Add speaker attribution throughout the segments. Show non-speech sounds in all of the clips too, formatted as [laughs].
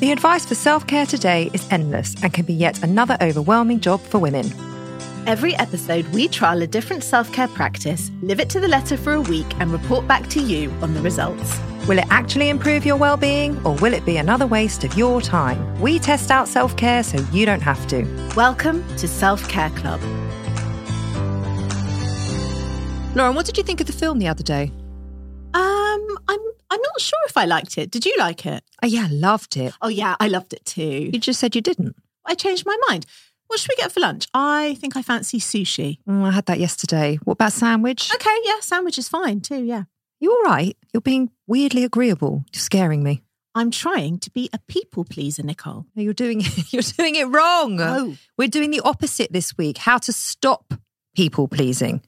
Speaker 1: The advice for self care today is endless and can be yet another overwhelming job for women.
Speaker 2: Every episode, we trial a different self care practice, live it to the letter for a week, and report back to you on the results.
Speaker 1: Will it actually improve your well being or will it be another waste of your time? We test out self care so you don't have to.
Speaker 2: Welcome to Self Care Club.
Speaker 1: Lauren, what did you think of the film the other day?
Speaker 2: Um, I'm I'm not sure if I liked it. Did you like it?
Speaker 1: Oh, yeah, loved it.
Speaker 2: Oh yeah, I loved it too.
Speaker 1: You just said you didn't.
Speaker 2: I changed my mind. What should we get for lunch? I think I fancy sushi.
Speaker 1: Mm, I had that yesterday. What about sandwich?
Speaker 2: Okay, yeah, sandwich is fine too. Yeah,
Speaker 1: You all right? You're being weirdly agreeable. You're scaring me.
Speaker 2: I'm trying to be a people pleaser, Nicole.
Speaker 1: No, You're doing you're doing it [laughs] wrong.
Speaker 2: Oh.
Speaker 1: We're doing the opposite this week. How to stop people pleasing.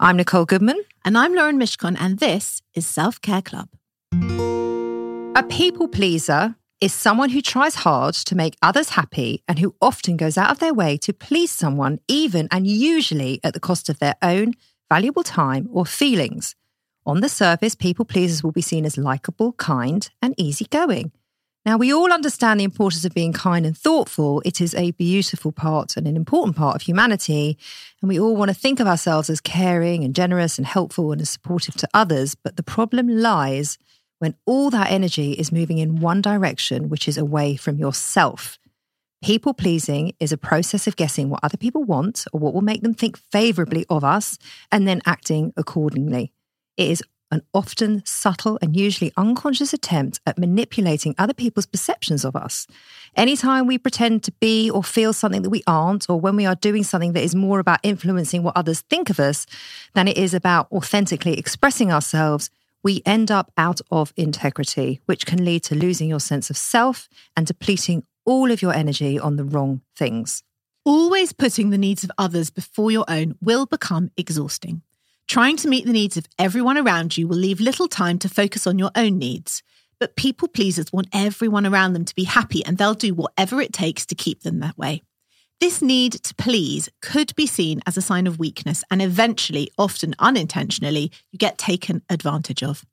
Speaker 1: I'm Nicole Goodman.
Speaker 2: And I'm Lauren Mishkon, and this is Self Care Club.
Speaker 1: A people pleaser is someone who tries hard to make others happy and who often goes out of their way to please someone, even and usually at the cost of their own valuable time or feelings. On the surface, people pleasers will be seen as likable, kind, and easygoing. Now, we all understand the importance of being kind and thoughtful. It is a beautiful part and an important part of humanity. And we all want to think of ourselves as caring and generous and helpful and as supportive to others. But the problem lies when all that energy is moving in one direction, which is away from yourself. People pleasing is a process of guessing what other people want or what will make them think favorably of us and then acting accordingly. It is an often subtle and usually unconscious attempt at manipulating other people's perceptions of us. Anytime we pretend to be or feel something that we aren't, or when we are doing something that is more about influencing what others think of us than it is about authentically expressing ourselves, we end up out of integrity, which can lead to losing your sense of self and depleting all of your energy on the wrong things.
Speaker 2: Always putting the needs of others before your own will become exhausting. Trying to meet the needs of everyone around you will leave little time to focus on your own needs. But people pleasers want everyone around them to be happy and they'll do whatever it takes to keep them that way. This need to please could be seen as a sign of weakness, and eventually, often unintentionally, you get taken advantage of.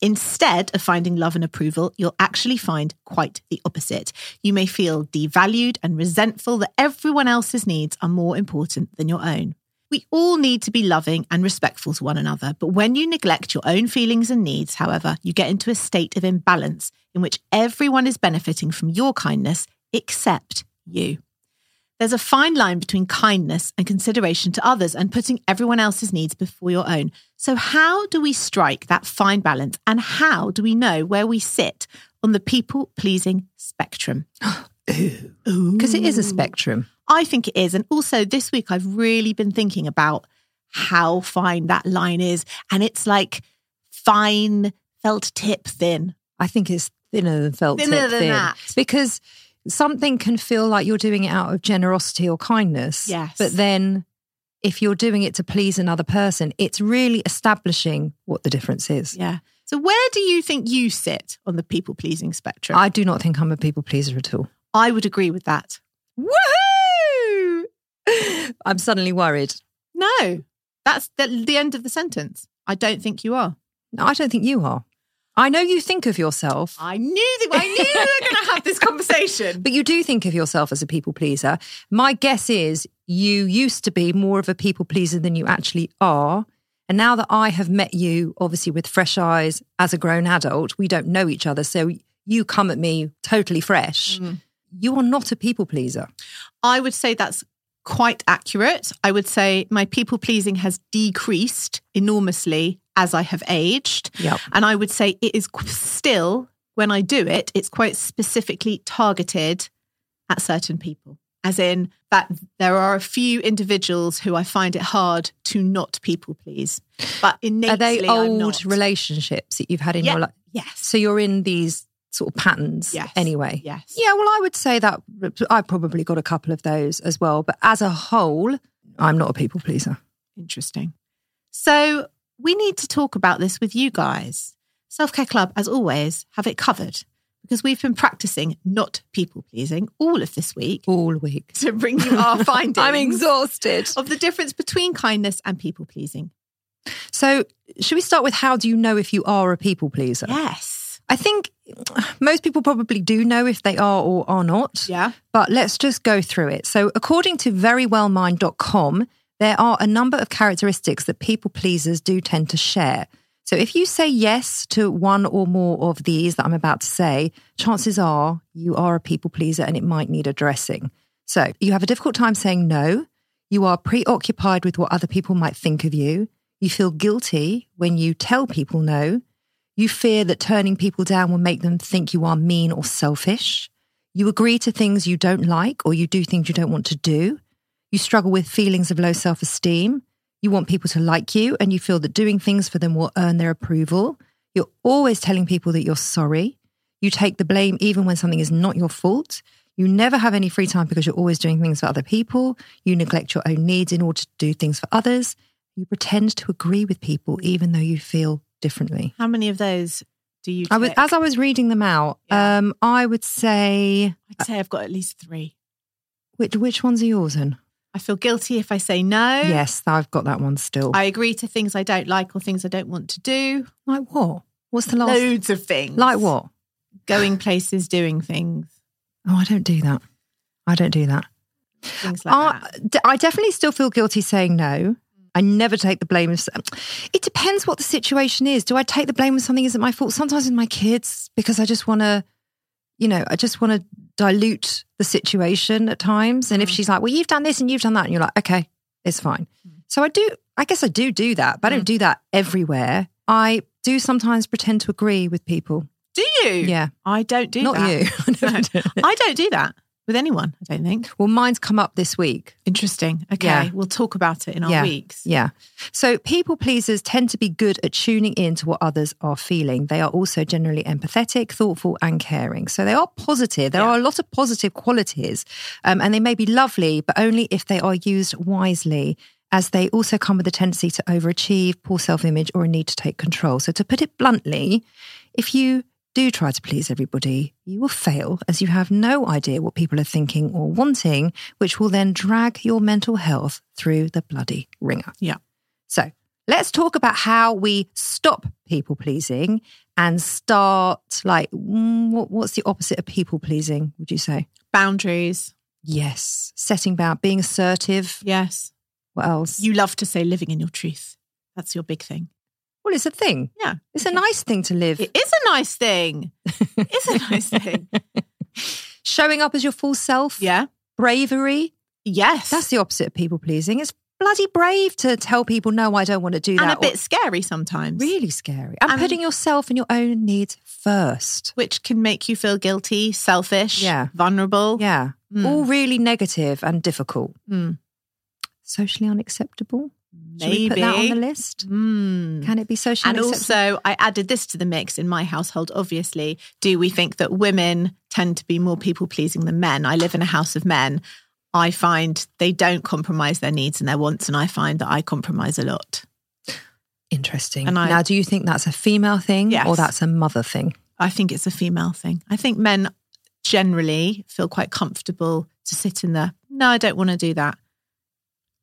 Speaker 2: Instead of finding love and approval, you'll actually find quite the opposite. You may feel devalued and resentful that everyone else's needs are more important than your own. We all need to be loving and respectful to one another, but when you neglect your own feelings and needs, however, you get into a state of imbalance in which everyone is benefiting from your kindness except you. There's a fine line between kindness and consideration to others and putting everyone else's needs before your own. So, how do we strike that fine balance and how do we know where we sit on the people pleasing spectrum?
Speaker 1: [gasps] Because it
Speaker 2: Mm.
Speaker 1: is a spectrum.
Speaker 2: I think it is. And also, this week, I've really been thinking about how fine that line is. And it's like fine, felt tip thin.
Speaker 1: I think it's thinner than felt
Speaker 2: Thinner
Speaker 1: tip
Speaker 2: than
Speaker 1: thin.
Speaker 2: that.
Speaker 1: Because something can feel like you're doing it out of generosity or kindness.
Speaker 2: Yes.
Speaker 1: But then if you're doing it to please another person, it's really establishing what the difference is.
Speaker 2: Yeah. So, where do you think you sit on the people pleasing spectrum?
Speaker 1: I do not think I'm a people pleaser at all.
Speaker 2: I would agree with that.
Speaker 1: Woohoo! [laughs] I'm suddenly worried.
Speaker 2: No, that's the, the end of the sentence. I don't think you are.
Speaker 1: No, I don't think you are. I know you think of yourself,
Speaker 2: I knew that I knew we were going to have this conversation.
Speaker 1: but you do think of yourself as a people pleaser. My guess is you used to be more of a people pleaser than you actually are. And now that I have met you, obviously with fresh eyes as a grown adult, we don't know each other. So you come at me totally fresh.
Speaker 2: Mm.
Speaker 1: You are not a people pleaser.
Speaker 2: [laughs] I would say that's quite accurate. I would say my people pleasing has decreased enormously as I have aged.
Speaker 1: Yep.
Speaker 2: And I would say it is qu- still, when I do it, it's quite specifically targeted at certain people. As in that there are a few individuals who I find it hard to not people please, but innately
Speaker 1: Are they
Speaker 2: I'm
Speaker 1: old
Speaker 2: not.
Speaker 1: relationships that you've had in
Speaker 2: Yeah.
Speaker 1: your life?
Speaker 2: yes,
Speaker 1: So you're in these sort of patterns
Speaker 2: Yes.
Speaker 1: anyway.
Speaker 2: Yes.
Speaker 1: Yeah, well, I would say that I probably got a couple of those as well. But as a whole, I'm not a people pleaser.
Speaker 2: Interesting. So we need to talk about this with you guys. Self Care Club, as always, have it covered because we've been practicing not people pleasing all of this week [laughs]
Speaker 1: All [laughs] week.
Speaker 2: to bring you our findings.
Speaker 1: I'm exhausted.
Speaker 2: Of the difference between kindness and people pleasing.
Speaker 1: So, should we start with how do you know if you are a people pleaser?
Speaker 2: Yes.
Speaker 1: I think most people probably do know if they are or are not.
Speaker 2: Yeah.
Speaker 1: But let's just go through it. So, according to verywellmind.com, there are a number of characteristics that people pleasers do tend to share. So, if you say yes to one or more of these that I'm about to say, chances are you are a people pleaser and it might need addressing. So, you have a difficult time saying no. You are preoccupied with what other people might think of you. You feel guilty when you tell people no. You fear that turning people down will make them think you are mean or selfish. You agree to things you don't like or you do things you don't want to do. You struggle with feelings of low self esteem. You want people to like you and you feel that doing things for them will earn their approval. You're always telling people that you're sorry. You take the blame even when something is not your fault. You never have any free time because you're always doing things for other people. You neglect your own needs in order to do things for others. You pretend to agree with people even though you feel differently.
Speaker 2: How many of those do you?
Speaker 1: I was,
Speaker 2: tick?
Speaker 1: as I was reading them out,
Speaker 2: Yeah.
Speaker 1: um, I would say,
Speaker 2: I'd say I've got at least three.
Speaker 1: which, which ones are yours then?
Speaker 2: I feel guilty if I say no.
Speaker 1: Yes, I've got that one still.
Speaker 2: I agree to things I don't like or things I don't want to do.
Speaker 1: like what? What's the last?
Speaker 2: Loads of things.
Speaker 1: Like what?
Speaker 2: Going places, doing things,
Speaker 1: Oh, I don't do that. I don't do that.
Speaker 2: things like
Speaker 1: I
Speaker 2: that.
Speaker 1: d I I definitely still feel guilty saying no. I never take the blame. Of, s- it depends what the situation is. Do I take the blame when something isn't my fault? Sometimes with my kids, because I just want to, you know, I just want to dilute the situation at times. And if
Speaker 2: Mm.
Speaker 1: she's like, well, you've done this and you've done that, and you're like, okay, it's fine.
Speaker 2: Mm.
Speaker 1: So I do, I guess I do do that, but I don't do that everywhere. I do sometimes pretend to agree with people.
Speaker 2: Do you?
Speaker 1: Yeah.
Speaker 2: I don't do
Speaker 1: Not
Speaker 2: that.
Speaker 1: you. [laughs] I never
Speaker 2: [laughs] No.
Speaker 1: do that.
Speaker 2: I don't do that with anyone, I don't think.
Speaker 1: Well, mine's come up this week.
Speaker 2: Interesting. Okay.
Speaker 1: Yeah.
Speaker 2: We'll talk about it in our
Speaker 1: Yeah.
Speaker 2: weeks.
Speaker 1: Yeah. So people pleasers tend to be good at tuning in to what others are feeling. They are also generally empathetic, thoughtful, and caring. So they are positive. There
Speaker 2: Yeah.
Speaker 1: are a lot of positive qualities, um, and they may be lovely, but only if they are used wisely. As they also come with a tendency to overachieve, poor self image, or a need to take control. So, to put it bluntly, if you do try to please everybody, you will fail as you have no idea what people are thinking or wanting, which will then drag your mental health through the bloody ringer.
Speaker 2: Yeah.
Speaker 1: So let's talk about how we stop people pleasing and start like mm, what, what's the opposite of people pleasing? Would you say?
Speaker 2: Boundaries.
Speaker 1: Yes, setting about being assertive.
Speaker 2: Yes.
Speaker 1: What else?
Speaker 2: You love to say living in your truth. That's your big thing.
Speaker 1: well, it's a thing.
Speaker 2: Yeah.
Speaker 1: It's a nice thing to live.
Speaker 2: It is a nice thing. It is a
Speaker 1: [laughs]
Speaker 2: nice thing.
Speaker 1: Showing up as your full self.
Speaker 2: Yeah.
Speaker 1: Bravery.
Speaker 2: Yes.
Speaker 1: That's the opposite of people pleasing. It's bloody brave to tell people, no, I don't want to do
Speaker 2: and
Speaker 1: that.
Speaker 2: a
Speaker 1: or-
Speaker 2: bit scary sometimes.
Speaker 1: really scary. And
Speaker 2: And-
Speaker 1: putting yourself and your own needs first.
Speaker 2: Which can make you feel guilty, selfish,
Speaker 1: Yeah.
Speaker 2: vulnerable.
Speaker 1: Yeah.
Speaker 2: Mm.
Speaker 1: All really negative and difficult.
Speaker 2: Mm.
Speaker 1: Socially unacceptable. Should
Speaker 2: Maybe.
Speaker 1: we put that on the list?
Speaker 2: Mm.
Speaker 1: Can it be socially
Speaker 2: And
Speaker 1: unacceptable?
Speaker 2: also, I added this to the mix in my household. Obviously, do we think that women tend to be more people pleasing than men? I live in a house of men. I find they don't compromise their needs and their wants, and I find that I compromise a lot.
Speaker 1: interesting.
Speaker 2: And I-
Speaker 1: now, do you think that's a female thing
Speaker 2: Yes.
Speaker 1: or that's a mother thing?
Speaker 2: I think it's a female thing. I think men generally feel quite comfortable to sit in the no, I don't want to do that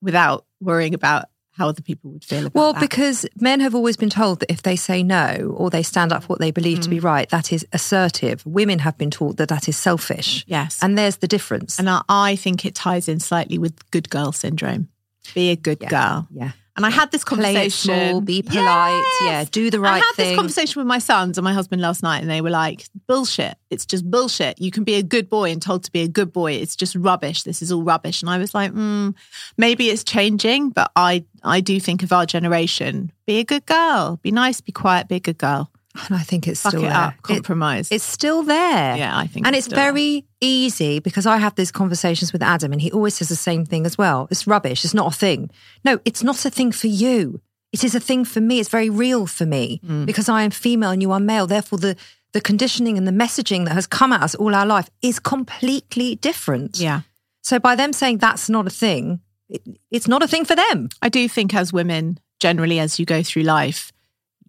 Speaker 2: without worrying about how other people would feel about
Speaker 1: Well,
Speaker 2: that.
Speaker 1: because men have always been told that if they say no or they stand up for what they believe to be
Speaker 2: Mm.
Speaker 1: right, that is assertive. Women have been taught that that is selfish.
Speaker 2: yes, and,
Speaker 1: And there's the difference.
Speaker 2: I, I think it ties in slightly with good girl syndrome. Be a good
Speaker 1: Yeah.
Speaker 2: girl.
Speaker 1: yeah.
Speaker 2: And I had this conversation.
Speaker 1: Play it small, be polite. Yeah,
Speaker 2: Yes!
Speaker 1: do the right
Speaker 2: I had
Speaker 1: thing.
Speaker 2: this conversation with my sons and my husband last night, and they were like, "Bullshit! It's just bullshit. You can be a good boy and told to be a good boy. It's just rubbish. This is all rubbish." And I was like, mm, "Maybe it's changing, but I I do think of our generation: be a good girl, be nice, be quiet, be a good girl.
Speaker 1: and I think it's
Speaker 2: Fuck
Speaker 1: still
Speaker 2: it
Speaker 1: there.
Speaker 2: up,
Speaker 1: It-
Speaker 2: compromise.
Speaker 1: it's still there.
Speaker 2: yeah, I think,
Speaker 1: And it's
Speaker 2: still there.
Speaker 1: very easy because I have these conversations with Adam and he always says the same thing as well. It's rubbish. It's not a thing. No, it's not a thing for Mm. you. It is a thing for me. It's very real for me because I am female and you are male. Therefore, the the conditioning and the messaging that has come at us all our life is completely different.
Speaker 2: Yeah.
Speaker 1: So by them saying that's not a thing, it, it's not a thing for them.
Speaker 2: I do think as women, generally, as you go through life,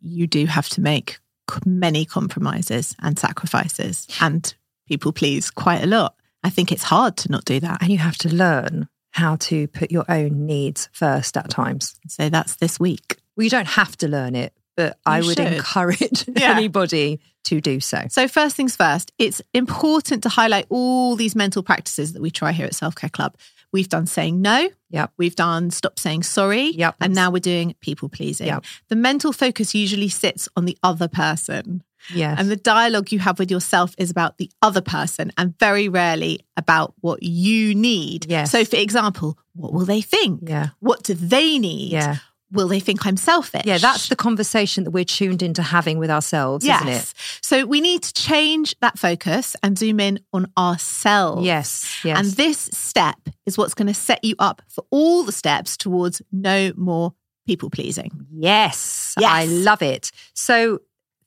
Speaker 2: you do have to make c- many compromises and sacrifices and people please quite a lot. I think it's hard to not do that.
Speaker 1: And you have to learn how to put your own needs first at times.
Speaker 2: So that's this week.
Speaker 1: Well, you don't have to learn it, but I
Speaker 2: You
Speaker 1: would
Speaker 2: should.
Speaker 1: encourage [laughs]
Speaker 2: Yeah.
Speaker 1: anybody to do so.
Speaker 2: So, first things first, it's important to highlight all these mental practices that we try here at Self Care Club. We've done saying no,
Speaker 1: Yep.
Speaker 2: we've done stop saying sorry,
Speaker 1: Yep.
Speaker 2: and now we're doing people pleasing.
Speaker 1: Yep.
Speaker 2: The mental focus usually sits on the other person.
Speaker 1: Yes.
Speaker 2: And the dialogue you have with yourself is about the other person and very rarely about what you need.
Speaker 1: Yes.
Speaker 2: So, for example, what will they think?
Speaker 1: yeah.
Speaker 2: What do they need?
Speaker 1: Yeah.
Speaker 2: Will they think I'm selfish?
Speaker 1: Yeah, that's the conversation that we're tuned into having with ourselves, isn't it?
Speaker 2: So, we need to change that focus and zoom in on ourselves.
Speaker 1: Yes, yes.
Speaker 2: And this step is what's going to set you up for all the steps towards no more people pleasing.
Speaker 1: yes,
Speaker 2: Yes.
Speaker 1: I love it. So,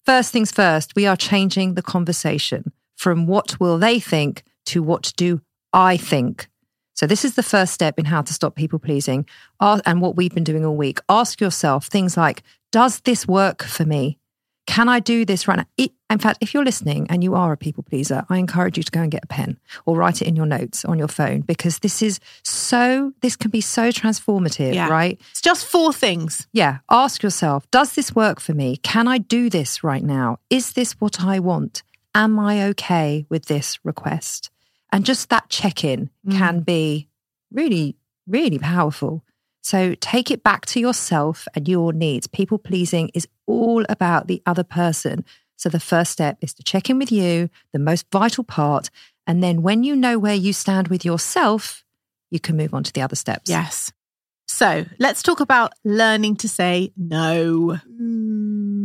Speaker 1: first things first, we are changing the conversation from what will they think to what do I think. So, this is the first step in how to stop people pleasing Ask- and what we've been doing all week. Ask yourself things like Does this work for me? Can I do this right now? I- In fact, if you're listening and you are a people pleaser, I encourage you to go and get a pen or write it in your notes on your phone because this is so, this can be so transformative,
Speaker 2: Yeah.
Speaker 1: right?
Speaker 2: It's just four things.
Speaker 1: Yeah, ask yourself Does this work for me? Can I do this right now? Is this what I want? Am I okay with this request? And just that check in can be really, really powerful. So take it back to yourself and your needs. People pleasing is all about the other person. So the first step is to check in with you, the most vital part. And then when you know where you stand with yourself, you can move on to the other steps.
Speaker 2: Yes. So let's talk about learning to say no.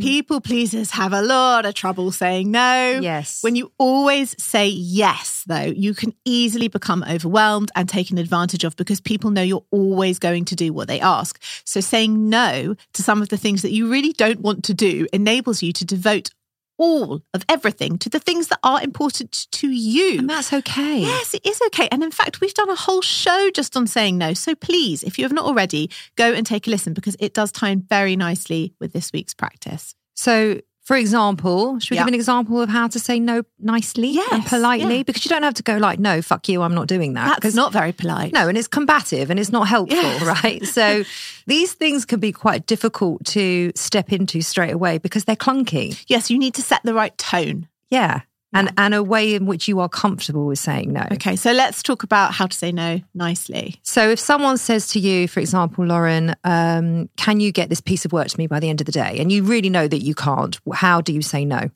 Speaker 2: People pleasers have a lot of trouble saying no.
Speaker 1: Yes.
Speaker 2: When you always say yes, though, you can easily become overwhelmed and taken advantage of because people know you're always going to do what they ask. So saying no to some of the things that you really don't want to do enables you to devote all of everything to the things that are important to you.
Speaker 1: and that's okay.
Speaker 2: Yes, it is okay. And in fact, we've done a whole show just on saying no. So please, if you have not already, go and take a listen because it does tie in very nicely with this week's practice.
Speaker 1: So, for example, should we
Speaker 2: Yeah.
Speaker 1: give an example of how to say no nicely and
Speaker 2: Yes,
Speaker 1: politely?
Speaker 2: yeah.
Speaker 1: Because you don't have to go like, no, fuck you, I'm not doing that.
Speaker 2: That's
Speaker 1: Uh, 'Cause-
Speaker 2: not very polite.
Speaker 1: no, and it's combative and it's not helpful,
Speaker 2: Yes.
Speaker 1: right?
Speaker 2: [laughs]
Speaker 1: So these things can be quite difficult to step into straight away because they're clunky.
Speaker 2: Yes, you need to set the right tone.
Speaker 1: Yeah. And and a way in which you are comfortable with saying no.
Speaker 2: Okay, so let's talk about how to say no nicely.
Speaker 1: So if someone says to you, for example, Lauren, um, can you get this piece of work to me by the end of the day? And you really know that you can't, how do you say no?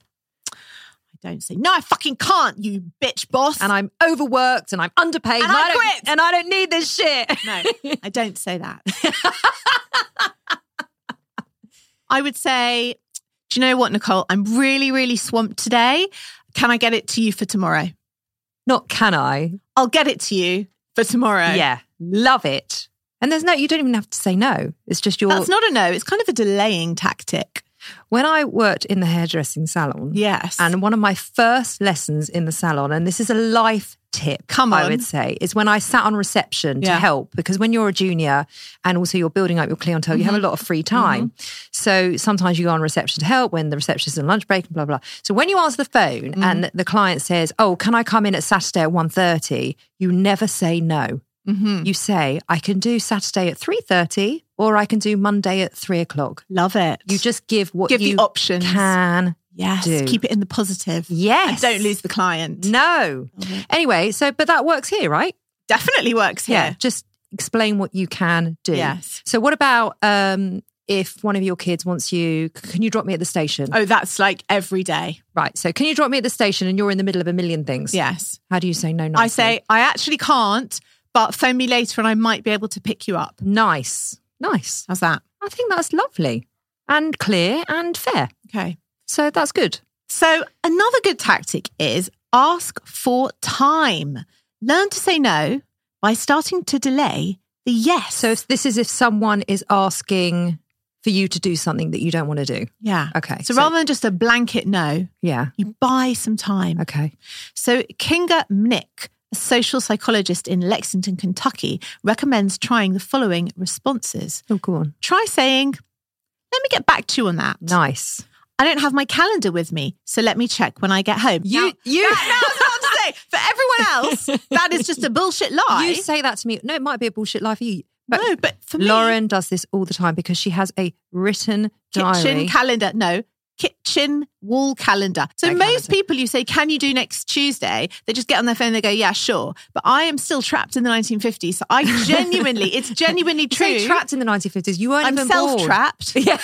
Speaker 2: I don't say, no, I fucking can't, you bitch boss.
Speaker 1: and I'm overworked and I'm underpaid
Speaker 2: And I
Speaker 1: don't-
Speaker 2: quit.
Speaker 1: and I don't need this shit. [laughs]
Speaker 2: No, I don't say that. I would say, do you know what, Nicole? I'm really, really swamped today. Can I get it to you for tomorrow?
Speaker 1: Not can I?
Speaker 2: I'll get it to you for tomorrow.
Speaker 1: Yeah, love it. And there's no, you don't even have to say no. It's just your.
Speaker 2: That's not a no. It's kind of a delaying tactic.
Speaker 1: when I worked in the hairdressing salon,
Speaker 2: Yes.
Speaker 1: and one of my first lessons in the salon, and this is a life tip,
Speaker 2: Come
Speaker 1: I
Speaker 2: on.
Speaker 1: would say, is when I sat on reception to
Speaker 2: Yeah.
Speaker 1: help because when you're a junior and also you're building up your clientele, you have
Speaker 2: Mm-hmm.
Speaker 1: a lot of free time. So sometimes you go on reception to help when the receptionist is on lunch break and blah blah. blah. So when you answer the phone
Speaker 2: Mm-hmm.
Speaker 1: and the client says, "Oh, can I come in at Saturday at 1.30? You never say no.
Speaker 2: Mm-hmm. Mm.
Speaker 1: You say, "I can do Saturday at three thirty, or I can do Monday at three o'clock."
Speaker 2: love it.
Speaker 1: You just give what
Speaker 2: give
Speaker 1: you
Speaker 2: the options.
Speaker 1: can.
Speaker 2: yes.
Speaker 1: do.
Speaker 2: Keep it in the positive.
Speaker 1: Yes,
Speaker 2: And don't lose the client.
Speaker 1: no. Anyway, so but that works here, right?
Speaker 2: Definitely works here.
Speaker 1: Just explain what you can do.
Speaker 2: Yes.
Speaker 1: So what about um if one of your kids wants you, can you drop me at the station?
Speaker 2: Oh, that's like every day.
Speaker 1: Right. So can you drop me at the station and you're in the middle of a million things?
Speaker 2: Yes.
Speaker 1: How do you say no nicely?
Speaker 2: I say, I actually can't, but phone me later and I might be able to pick you up.
Speaker 1: nice. Nice.
Speaker 2: How's that?
Speaker 1: I think that's lovely and clear and fair.
Speaker 2: Okay.
Speaker 1: So that's good.
Speaker 2: So, another good tactic is ask for time. Learn to say no by starting to delay the yes.
Speaker 1: So if this is if someone is asking for you to do something that you don't want to do.
Speaker 2: Yeah.
Speaker 1: Okay, so-
Speaker 2: So, rather than just a blanket no,
Speaker 1: Yeah.
Speaker 2: you buy some time.
Speaker 1: Okay.
Speaker 2: So Kinga Mnick, a social psychologist in Lexington, Kentucky, recommends trying the following responses.
Speaker 1: Oh, go on.
Speaker 2: Try saying, let me get back to you on that.
Speaker 1: Nice.
Speaker 2: I don't have my calendar with me, so let me check when I get home.
Speaker 1: You-
Speaker 2: Now- [laughs]
Speaker 1: you-
Speaker 2: that, no, I was about to say, for everyone else, that is just a bullshit lie.
Speaker 1: [laughs] You say that to me. No, it might be a bullshit lie for you. But
Speaker 2: no, but for me,
Speaker 1: Lauren does this all the time because she has a written diary.
Speaker 2: kitchen calendar. No, kitchen wall calendar. So
Speaker 1: No
Speaker 2: most
Speaker 1: calendar.
Speaker 2: people, you say, "Can you do next Tuesday?" They just get on their phone. They go, "Yeah, sure." But I am still trapped in the 1950s. So I genuinely,
Speaker 1: [laughs]
Speaker 2: it's genuinely
Speaker 1: You
Speaker 2: true.
Speaker 1: say trapped in the 1950s. You weren't
Speaker 2: I'm
Speaker 1: even born.
Speaker 2: self-trapped.
Speaker 1: [laughs] Yeah.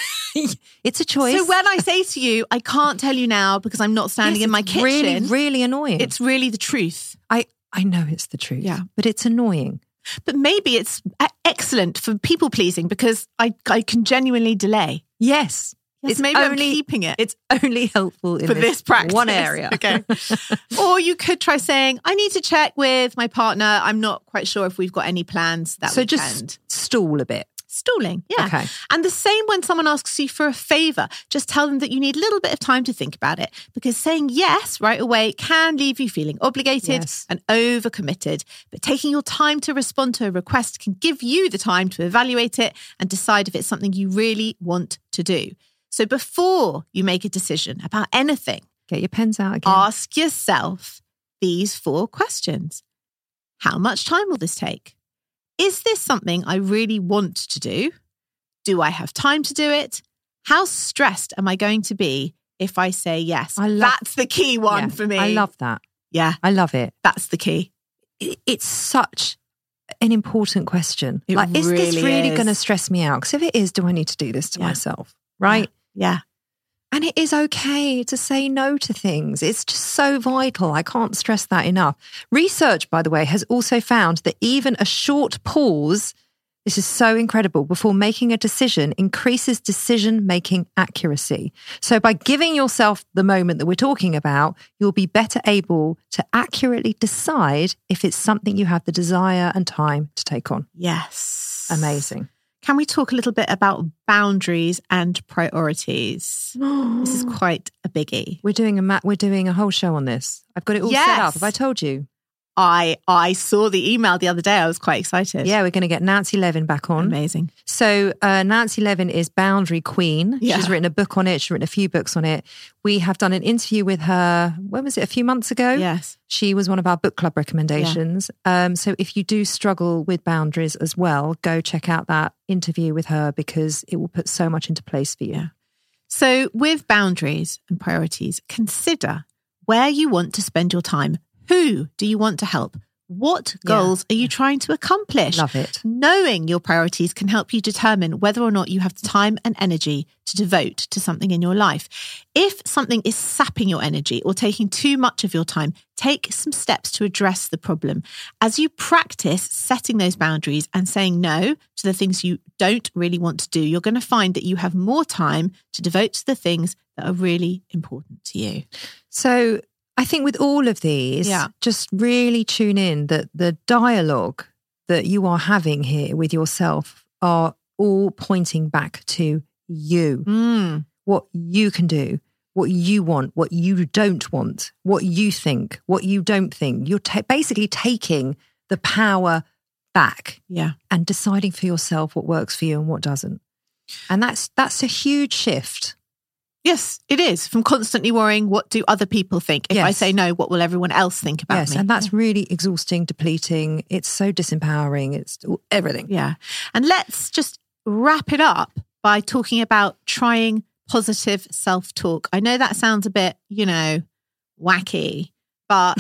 Speaker 1: it's a choice.
Speaker 2: So when I say to you, "I can't tell you now because I'm not standing
Speaker 1: Yes,
Speaker 2: in my
Speaker 1: it's
Speaker 2: kitchen,"
Speaker 1: really, really annoying.
Speaker 2: it's really the truth.
Speaker 1: I, I know it's the truth.
Speaker 2: Yeah.
Speaker 1: But it's annoying.
Speaker 2: But maybe it's e- excellent for people pleasing because I, I can genuinely delay.
Speaker 1: Yes.
Speaker 2: Yes,
Speaker 1: it's
Speaker 2: maybe I'm
Speaker 1: only-
Speaker 2: keeping it.
Speaker 1: It's only helpful in
Speaker 2: for this, practice.
Speaker 1: one area. [laughs]
Speaker 2: [laughs] Okay. or you could try saying, I need to check with my partner. I'm not quite sure if we've got any plans that
Speaker 1: so
Speaker 2: weekend.
Speaker 1: just stall a bit.
Speaker 2: stalling. Yeah.
Speaker 1: Okay.
Speaker 2: And the same when someone asks you for a favor, just tell them that you need a little bit of time to think about it because saying yes right away can leave you feeling obligated
Speaker 1: Yes.
Speaker 2: and overcommitted. But taking your time to respond to a request can give you the time to evaluate it and decide if it's something you really want to do. So before you make a decision about anything,
Speaker 1: Get your pens out again.
Speaker 2: ask yourself these four questions How much time will this take? Is this something I really want to do? Do I have time to do it? How stressed am I going to be if I say yes?
Speaker 1: I love-
Speaker 2: that's the key one
Speaker 1: Yeah.
Speaker 2: for me.
Speaker 1: I love that.
Speaker 2: Yeah,
Speaker 1: I love it.
Speaker 2: that's the key.
Speaker 1: it- it's such an important question.
Speaker 2: It
Speaker 1: like, is this
Speaker 2: really
Speaker 1: really
Speaker 2: is.
Speaker 1: going to stress me out? Because if it is, do I need to do this to
Speaker 2: Yeah.
Speaker 1: myself? Right.
Speaker 2: Yeah.
Speaker 1: And it is okay to say no to things. It's just so vital. I can't stress that enough. Research, by the way, has also found that even a short pause, this is so incredible, before making a decision increases decision making accuracy. So by giving yourself the moment that we're talking about, you'll be better able to accurately decide if it's something you have the desire and time to take on.
Speaker 2: Yes.
Speaker 1: Amazing.
Speaker 2: Can we talk a little bit about boundaries and priorities? This is quite a biggie.
Speaker 1: We're doing a ma- we're doing a whole show on this. I've got it all set up.
Speaker 2: Yes.
Speaker 1: Have I told you?
Speaker 2: I I saw the email the other day. I was quite excited.
Speaker 1: Yeah, we're going to get Nancy Levin back on.
Speaker 2: Amazing.
Speaker 1: So uh, Nancy Levin is boundary queen.
Speaker 2: Yeah.
Speaker 1: She's written a book on it. She's written a few books on it. We have done an interview with her. When was it? A few months ago.
Speaker 2: Yes.
Speaker 1: She was one of our book club recommendations. Um, so if you do struggle with boundaries as well, go check out that interview with her because it will put so much into place for you.
Speaker 2: Yeah. So, with boundaries and priorities, consider where you want to spend your time. Who do you want to help? What
Speaker 1: Yeah.
Speaker 2: goals are you trying to accomplish?
Speaker 1: Love it.
Speaker 2: Knowing your priorities can help you determine whether or not you have the time and energy to devote to something in your life. If something is sapping your energy or taking too much of your time, take some steps to address the problem. As you practice setting those boundaries and saying no to the things you don't really want to do, you're going to find that you have more time to devote to the things that are really important to you.
Speaker 1: So I think with all of these,
Speaker 2: Yeah.
Speaker 1: just really tune in that the dialogue that you are having here with yourself are all pointing back to you, what you can do, what you want, what you don't want, what you think, what you don't think. You're ta basically taking the power back
Speaker 2: Yeah.
Speaker 1: and deciding for yourself what works for you and what doesn't. And that's that's a huge shift.
Speaker 2: Yes, it is. From constantly worrying, what do other people think? If I
Speaker 1: Yes.
Speaker 2: say no, what will everyone else think about
Speaker 1: yes,
Speaker 2: me?
Speaker 1: and that's really exhausting, depleting. It's so disempowering. It's everything.
Speaker 2: Yeah. And let's just wrap it up by talking about trying positive self talk. I know that sounds a bit, you know, wacky,
Speaker 1: [laughs]
Speaker 2: but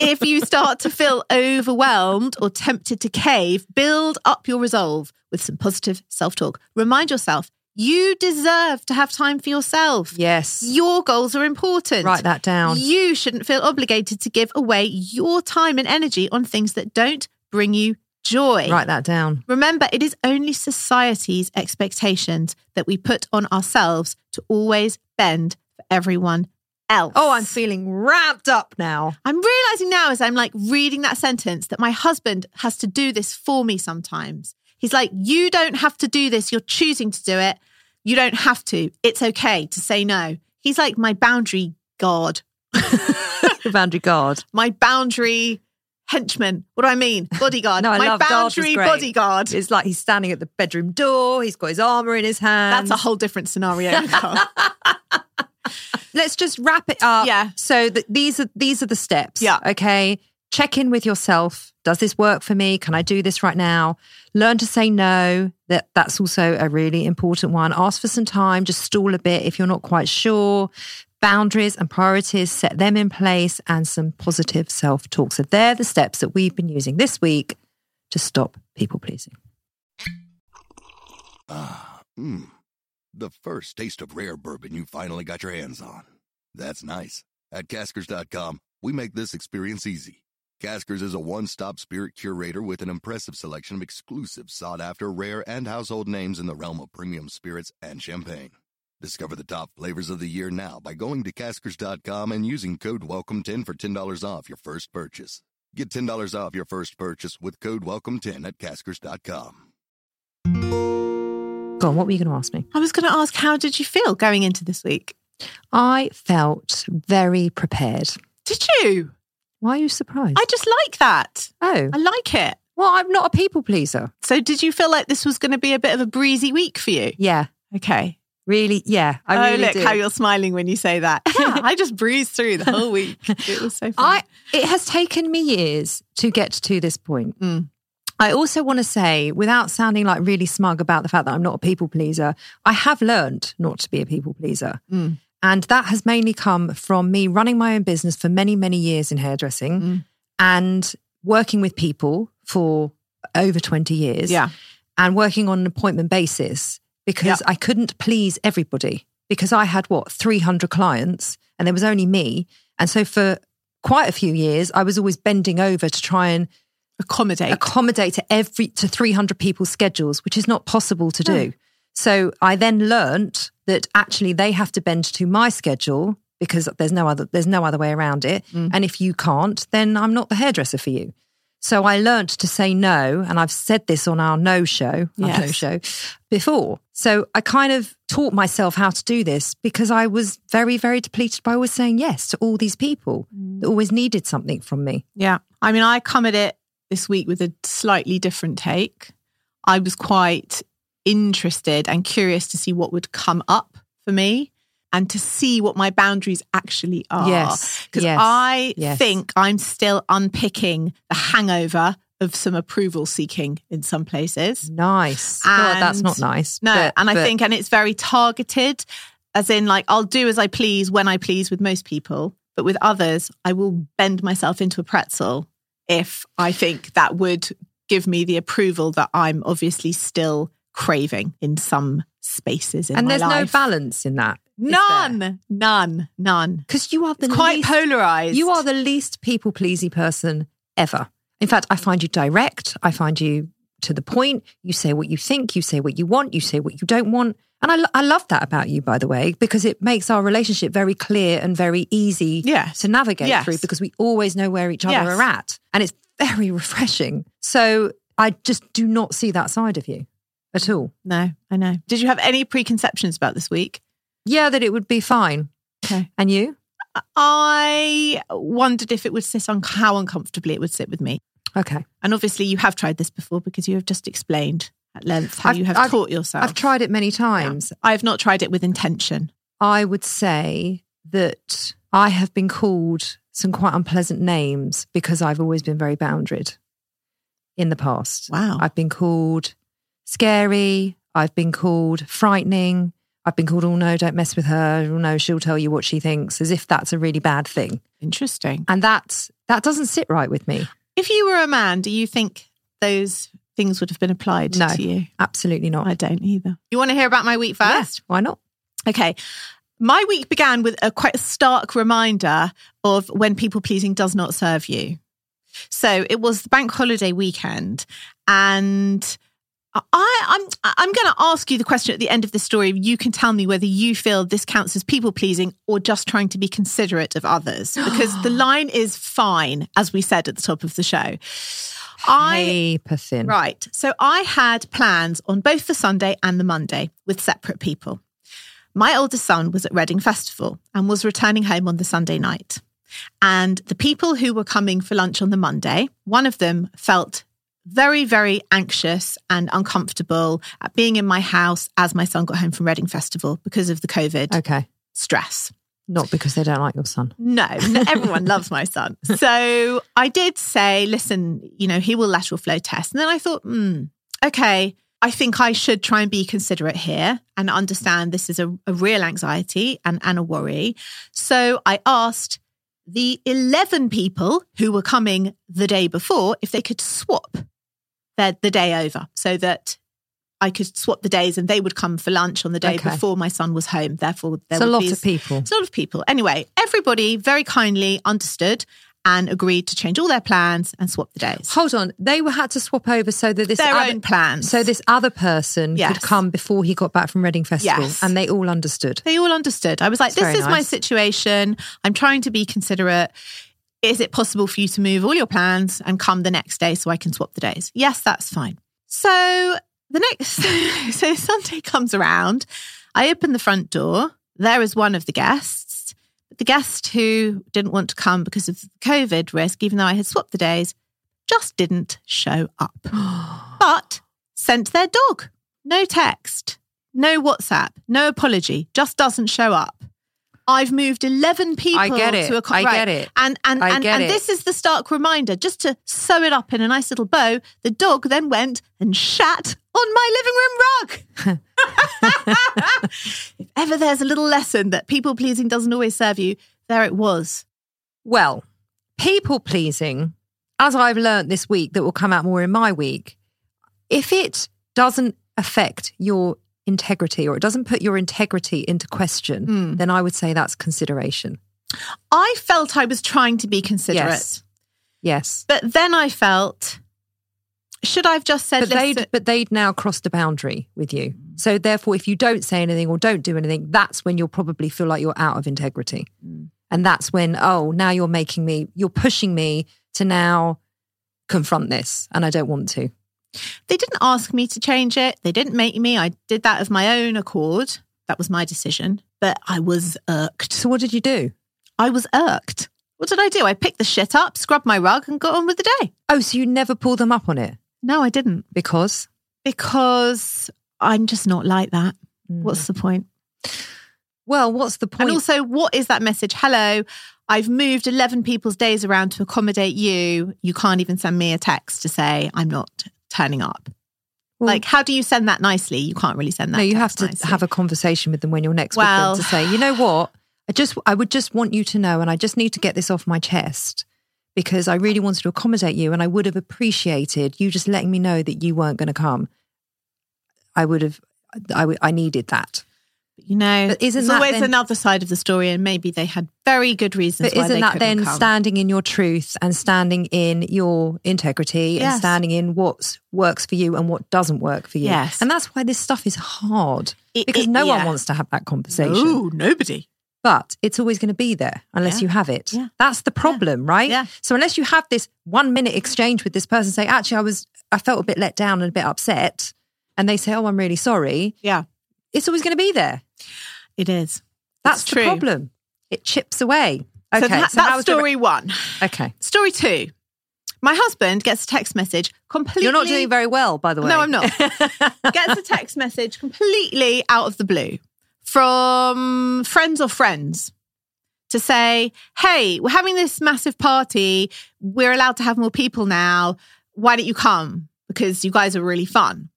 Speaker 2: if you start to feel overwhelmed or tempted to cave, build up your resolve with some positive self talk. Remind yourself you deserve to have time for yourself.
Speaker 1: Yes.
Speaker 2: Your goals are important.
Speaker 1: Write that down.
Speaker 2: You shouldn't feel obligated to give away your time and energy on things that don't bring you joy.
Speaker 1: Write that down.
Speaker 2: Remember, it is only society's expectations that we put on ourselves to always bend for everyone else.
Speaker 1: Oh, I'm feeling wrapped up now.
Speaker 2: I'm realizing now as I'm like reading that sentence that my husband has to do this for me sometimes. He's like, you don't have to do this. You're choosing to do it. You don't have to. It's okay to say no. He's like my boundary guard,
Speaker 1: [laughs] The boundary guard.
Speaker 2: my boundary henchman. What do I mean? Bodyguard.
Speaker 1: [laughs] No, I
Speaker 2: my
Speaker 1: love guard was
Speaker 2: boundary
Speaker 1: great.
Speaker 2: bodyguard.
Speaker 1: It's like he's standing at the bedroom door. He's got his armor in his hand.
Speaker 2: That's a whole different
Speaker 1: [laughs]
Speaker 2: scenario. Nicole.
Speaker 1: Let's just wrap it up.
Speaker 2: Yeah.
Speaker 1: So that these are these are the steps.
Speaker 2: Yeah.
Speaker 1: Okay. Check in with yourself. Does this work for me? Can I do this right now? Learn to say no. That that's also a really important one. Ask for some time. Just stall a bit if you're not quite sure. Boundaries and priorities, set them in place, and some positive self talk. So they're the steps that we've been using this week to stop people pleasing.
Speaker 3: Ah, mmm. The first taste of rare bourbon you finally got your hands on. That's nice. At Caskers.com, we make this experience easy. Caskers is a one stop spirit curator with an impressive selection of exclusive, sought after, rare, and household names in the realm of premium spirits and champagne. Discover the top flavors of the year now by going to Caskers.com and using code WELCOME10 for $10 off your first purchase. Get $10 off your first purchase with code WELCOME10 at Caskers.com.
Speaker 1: Go on. What were you going to ask me?
Speaker 2: I was going to ask, how did you feel going into this week?
Speaker 1: I felt very prepared.
Speaker 2: Did you?
Speaker 1: Why are you surprised?
Speaker 2: I just like that.
Speaker 1: oh,
Speaker 2: I like it.
Speaker 1: well, I'm not a people pleaser.
Speaker 2: So, did you feel like this was going to be a bit of a breezy week for you?
Speaker 1: Yeah,
Speaker 2: Okay.
Speaker 1: really. Yeah, I
Speaker 2: oh,
Speaker 1: really
Speaker 2: look
Speaker 1: do.
Speaker 2: how you're smiling when you say [laughs] that.
Speaker 1: Yeah.
Speaker 2: I just breezed through the whole [laughs] week. It was so fun.
Speaker 1: I it has taken me years to get to this point.
Speaker 2: Mm.
Speaker 1: I also want to say, without sounding like really smug about the fact that I'm not a people pleaser, I have learned not to be a people pleaser.
Speaker 2: Mm.
Speaker 1: And that has mainly come from me running my own business for many, many years in hairdressing
Speaker 2: Mm.
Speaker 1: and working with people for over 20 years.
Speaker 2: yeah.
Speaker 1: and working on an appointment basis because I couldn't please everybody because I had what 300 clients and there was only me. And so for quite a few years, I was always bending over to try and
Speaker 2: Accommodate.
Speaker 1: accommodate to every to 300 people's schedules, which is not possible to do. So I then learnt that actually they have to bend to my schedule because there's no other there's no other way around it.
Speaker 2: Mm.
Speaker 1: And if you can't, then I'm not the hairdresser for you. So I learnt to say no, and I've said this on our no show, our
Speaker 2: Yes.
Speaker 1: no show before. So I kind of taught myself how to do this because I was very, very depleted by always saying yes to all these people that
Speaker 2: Mm.
Speaker 1: always needed something from me.
Speaker 2: yeah. I mean, I come at it this week with a slightly different take. I was quite interested and curious to see what would come up for me and to see what my boundaries actually are.
Speaker 1: Yes,
Speaker 2: Because
Speaker 1: yes,
Speaker 2: Ah, I
Speaker 1: yes.
Speaker 2: think I'm still unpicking the hangover of some approval seeking in some places.
Speaker 1: Nice. God, that's
Speaker 2: And-
Speaker 1: not nice.
Speaker 2: No,
Speaker 1: but-
Speaker 2: and I
Speaker 1: but-
Speaker 2: think, and it's very targeted, as in, like, I'll do as I please when I please with most people, but with others, I will bend myself into a pretzel if I think that would give me the approval that I'm obviously still craving in some spaces in
Speaker 1: and
Speaker 2: my
Speaker 1: there's
Speaker 2: life.
Speaker 1: no balance in that.
Speaker 2: None, none, none.
Speaker 1: Because you are the
Speaker 2: It's quite
Speaker 1: least,
Speaker 2: polarized.
Speaker 1: you are the least people pleasing person ever. In fact, I find you direct. I find you to the point. You say what you think. You say what you want. You say what you don't want. And I, lo- I love that about you, by the way, because it makes our relationship very clear and very easy
Speaker 2: Yes.
Speaker 1: to navigate
Speaker 2: Yes.
Speaker 1: through because we always know where each other
Speaker 2: Yes.
Speaker 1: are at. And it's very [laughs] refreshing. So I just do not see that side of you at all.
Speaker 2: No, I know. Did you have any preconceptions about this week?
Speaker 1: Yeah, that it would be fine.
Speaker 2: Okay.
Speaker 1: And you?
Speaker 2: I wondered if it would sit on how uncomfortably it would sit with me.
Speaker 1: Okay.
Speaker 2: And obviously, you have tried this before because you have just explained at length how
Speaker 1: I've-
Speaker 2: you have
Speaker 1: I've-
Speaker 2: taught yourself.
Speaker 1: I've tried it many
Speaker 2: Yeah.
Speaker 1: times.
Speaker 2: I have not tried it with intention.
Speaker 1: I would say that I have been called some quite unpleasant names because I've always been very boundaried in the past.
Speaker 2: Wow.
Speaker 1: I've been called scary. I've been called frightening. I've been called, oh no, don't mess with her. Oh no, she'll tell you what she thinks, as if that's a really bad thing.
Speaker 2: Interesting.
Speaker 1: And that's, that doesn't sit right with me.
Speaker 2: If you were a man, do you think those things would have been applied
Speaker 1: No.
Speaker 2: to you?
Speaker 1: Absolutely not.
Speaker 2: I don't either. You want to hear about my week
Speaker 1: Yeah,
Speaker 2: first?
Speaker 1: why not?
Speaker 2: Okay. My week began with a quite stark reminder of when people pleasing does not serve you. So it was the bank holiday weekend, and I, I'm I'm going to ask you the question at the end of the story. You can tell me whether you feel this counts as people pleasing or just trying to be considerate of others, because the line is fine, as we said at the top of the show. I
Speaker 1: Paper thin.
Speaker 2: Right. So I had plans on both the Sunday and the Monday with separate people. My oldest son was at Reading Festival and was returning home on the Sunday night. And the people who were coming for lunch on the Monday, one of them felt very, very anxious and uncomfortable at being in my house as my son got home from Reading Festival because of the COVID
Speaker 1: Okay.
Speaker 2: stress.
Speaker 1: Not because they don't like your son.
Speaker 2: No,
Speaker 1: [laughs]
Speaker 2: no, everyone loves my son. So I did say, listen, you know, he will lateral flow test. And then I thought, hmm, okay, I think I should try and be considerate here and understand this is a, a real anxiety and, and a worry. So I asked the 11 people who were coming the day before if they could swap their, the day over so that. I could swap the days and they would come for lunch on the day
Speaker 1: Okay.
Speaker 2: before my son was home. Therefore, there
Speaker 1: It's a
Speaker 2: would
Speaker 1: lot
Speaker 2: be
Speaker 1: of people.
Speaker 2: it's a lot of people. Anyway, everybody very kindly understood and agreed to change all their plans and swap the days.
Speaker 1: Hold on. They were had to swap over so that this
Speaker 2: Their
Speaker 1: other,
Speaker 2: own plans.
Speaker 1: so this other person
Speaker 2: Yes.
Speaker 1: could come before he got back from Reading Festival,
Speaker 2: Yes.
Speaker 1: and they all understood.
Speaker 2: they all understood. I was like,
Speaker 1: It's
Speaker 2: this
Speaker 1: very
Speaker 2: is my
Speaker 1: nice.
Speaker 2: situation. I'm trying to be considerate. Is it possible for you to move all your plans and come the next day so I can swap the days? Yes, that's fine. So the next, [laughs] so Sunday comes around. I open the front door. There is one of the guests. The guest who didn't want to come because of the COVID risk, even though I had swapped the days, just didn't show up
Speaker 1: [gasps]
Speaker 2: but sent their dog. No text, no WhatsApp, no apology, just doesn't show up. I've moved 11 people
Speaker 1: I get it.
Speaker 2: to a co-
Speaker 1: I
Speaker 2: right.
Speaker 1: get it.
Speaker 2: And and
Speaker 1: I
Speaker 2: and,
Speaker 1: get
Speaker 2: and
Speaker 1: it.
Speaker 2: this is the stark reminder just to sew it up in a nice little bow. The dog then went and shat on my living room
Speaker 1: [laughs]
Speaker 2: rug. [laughs] if ever there's a little lesson that people pleasing doesn't always serve you, there it was.
Speaker 1: Well, people pleasing, as I've learned this week, that will come out more in my week, if it doesn't affect your integrity or it doesn't put your integrity into question,
Speaker 2: Hmm.
Speaker 1: then I would say that's consideration.
Speaker 2: I felt I was trying to be considerate.
Speaker 1: Yes. Yes.
Speaker 2: But then I felt, should I have just said,
Speaker 1: But
Speaker 2: listen,
Speaker 1: they'd, but they'd now crossed a boundary with you. So, therefore, if you don't say anything or don't do anything, that's when you'll probably feel like you're out of integrity.
Speaker 2: Mm.
Speaker 1: And that's when, oh, now you're making me, you're pushing me to now confront this. And I don't want to.
Speaker 2: they didn't ask me to change it. They didn't make me. I did that of my own accord. That was my decision. But I was irked.
Speaker 1: So, what did you do?
Speaker 2: I was irked. What did I do? I picked the shit up, scrubbed my rug, and got on with the day.
Speaker 1: Oh, so you never pull them up on it
Speaker 2: No, I didn't
Speaker 1: because
Speaker 2: because I'm just not like that. What's the point?
Speaker 1: well, what's the Mm. point?
Speaker 2: Mm. And also, what is that message? Hello, I've moved 11 people's days around to accommodate you. You can't even send me a text to say I'm not turning up.
Speaker 1: Well,
Speaker 2: like, how do you send that nicely? You can't really send that.
Speaker 1: no, you have
Speaker 2: text
Speaker 1: to
Speaker 2: nicely.
Speaker 1: have a conversation with them when you're next
Speaker 2: Well-
Speaker 1: with them to say, you know what, I just, I would just want you to know, and I just need to get this off my chest because I really wanted to accommodate you, and I would have appreciated you just letting me know that you weren't going to come. I would have, I would, I needed that.
Speaker 2: you know,
Speaker 1: But isn't
Speaker 2: there's
Speaker 1: that
Speaker 2: always
Speaker 1: then-
Speaker 2: another side of the story, and maybe they had very good reasons.
Speaker 1: But
Speaker 2: why
Speaker 1: isn't
Speaker 2: they
Speaker 1: that
Speaker 2: couldn't
Speaker 1: then
Speaker 2: come.
Speaker 1: standing in your truth and standing in your integrity
Speaker 2: Yes.
Speaker 1: and standing in what works for you and what doesn't work for you?
Speaker 2: Yes.
Speaker 1: And that's why this stuff is hard
Speaker 2: It-
Speaker 1: because
Speaker 2: it-
Speaker 1: no
Speaker 2: yeah.
Speaker 1: one wants to have that conversation.
Speaker 2: No, nobody.
Speaker 1: But it's always going to be there unless
Speaker 2: Yeah.
Speaker 1: you have it.
Speaker 2: Yeah.
Speaker 1: That's the problem, right?
Speaker 2: Yeah.
Speaker 1: So unless you have this one minute exchange with this person, say, actually, I was, I felt a bit let down and a bit upset. And they say, oh, I'm really sorry.
Speaker 2: Yeah,
Speaker 1: It's always going to be there.
Speaker 2: it is.
Speaker 1: That's
Speaker 2: It's
Speaker 1: the
Speaker 2: true.
Speaker 1: problem. It chips away. Okay.
Speaker 2: so that,
Speaker 1: how
Speaker 2: that's
Speaker 1: was the-
Speaker 2: story one.
Speaker 1: okay.
Speaker 2: Story two. My husband gets a text message completely.
Speaker 1: You're not doing very well, by the way.
Speaker 2: No,
Speaker 1: [laughs]
Speaker 2: I'm not. Gets a text message completely out of the blue from friends or friends to say, Hey, we're having this massive party. We're allowed to have more people now. Why don't you come? Because you guys are really fun.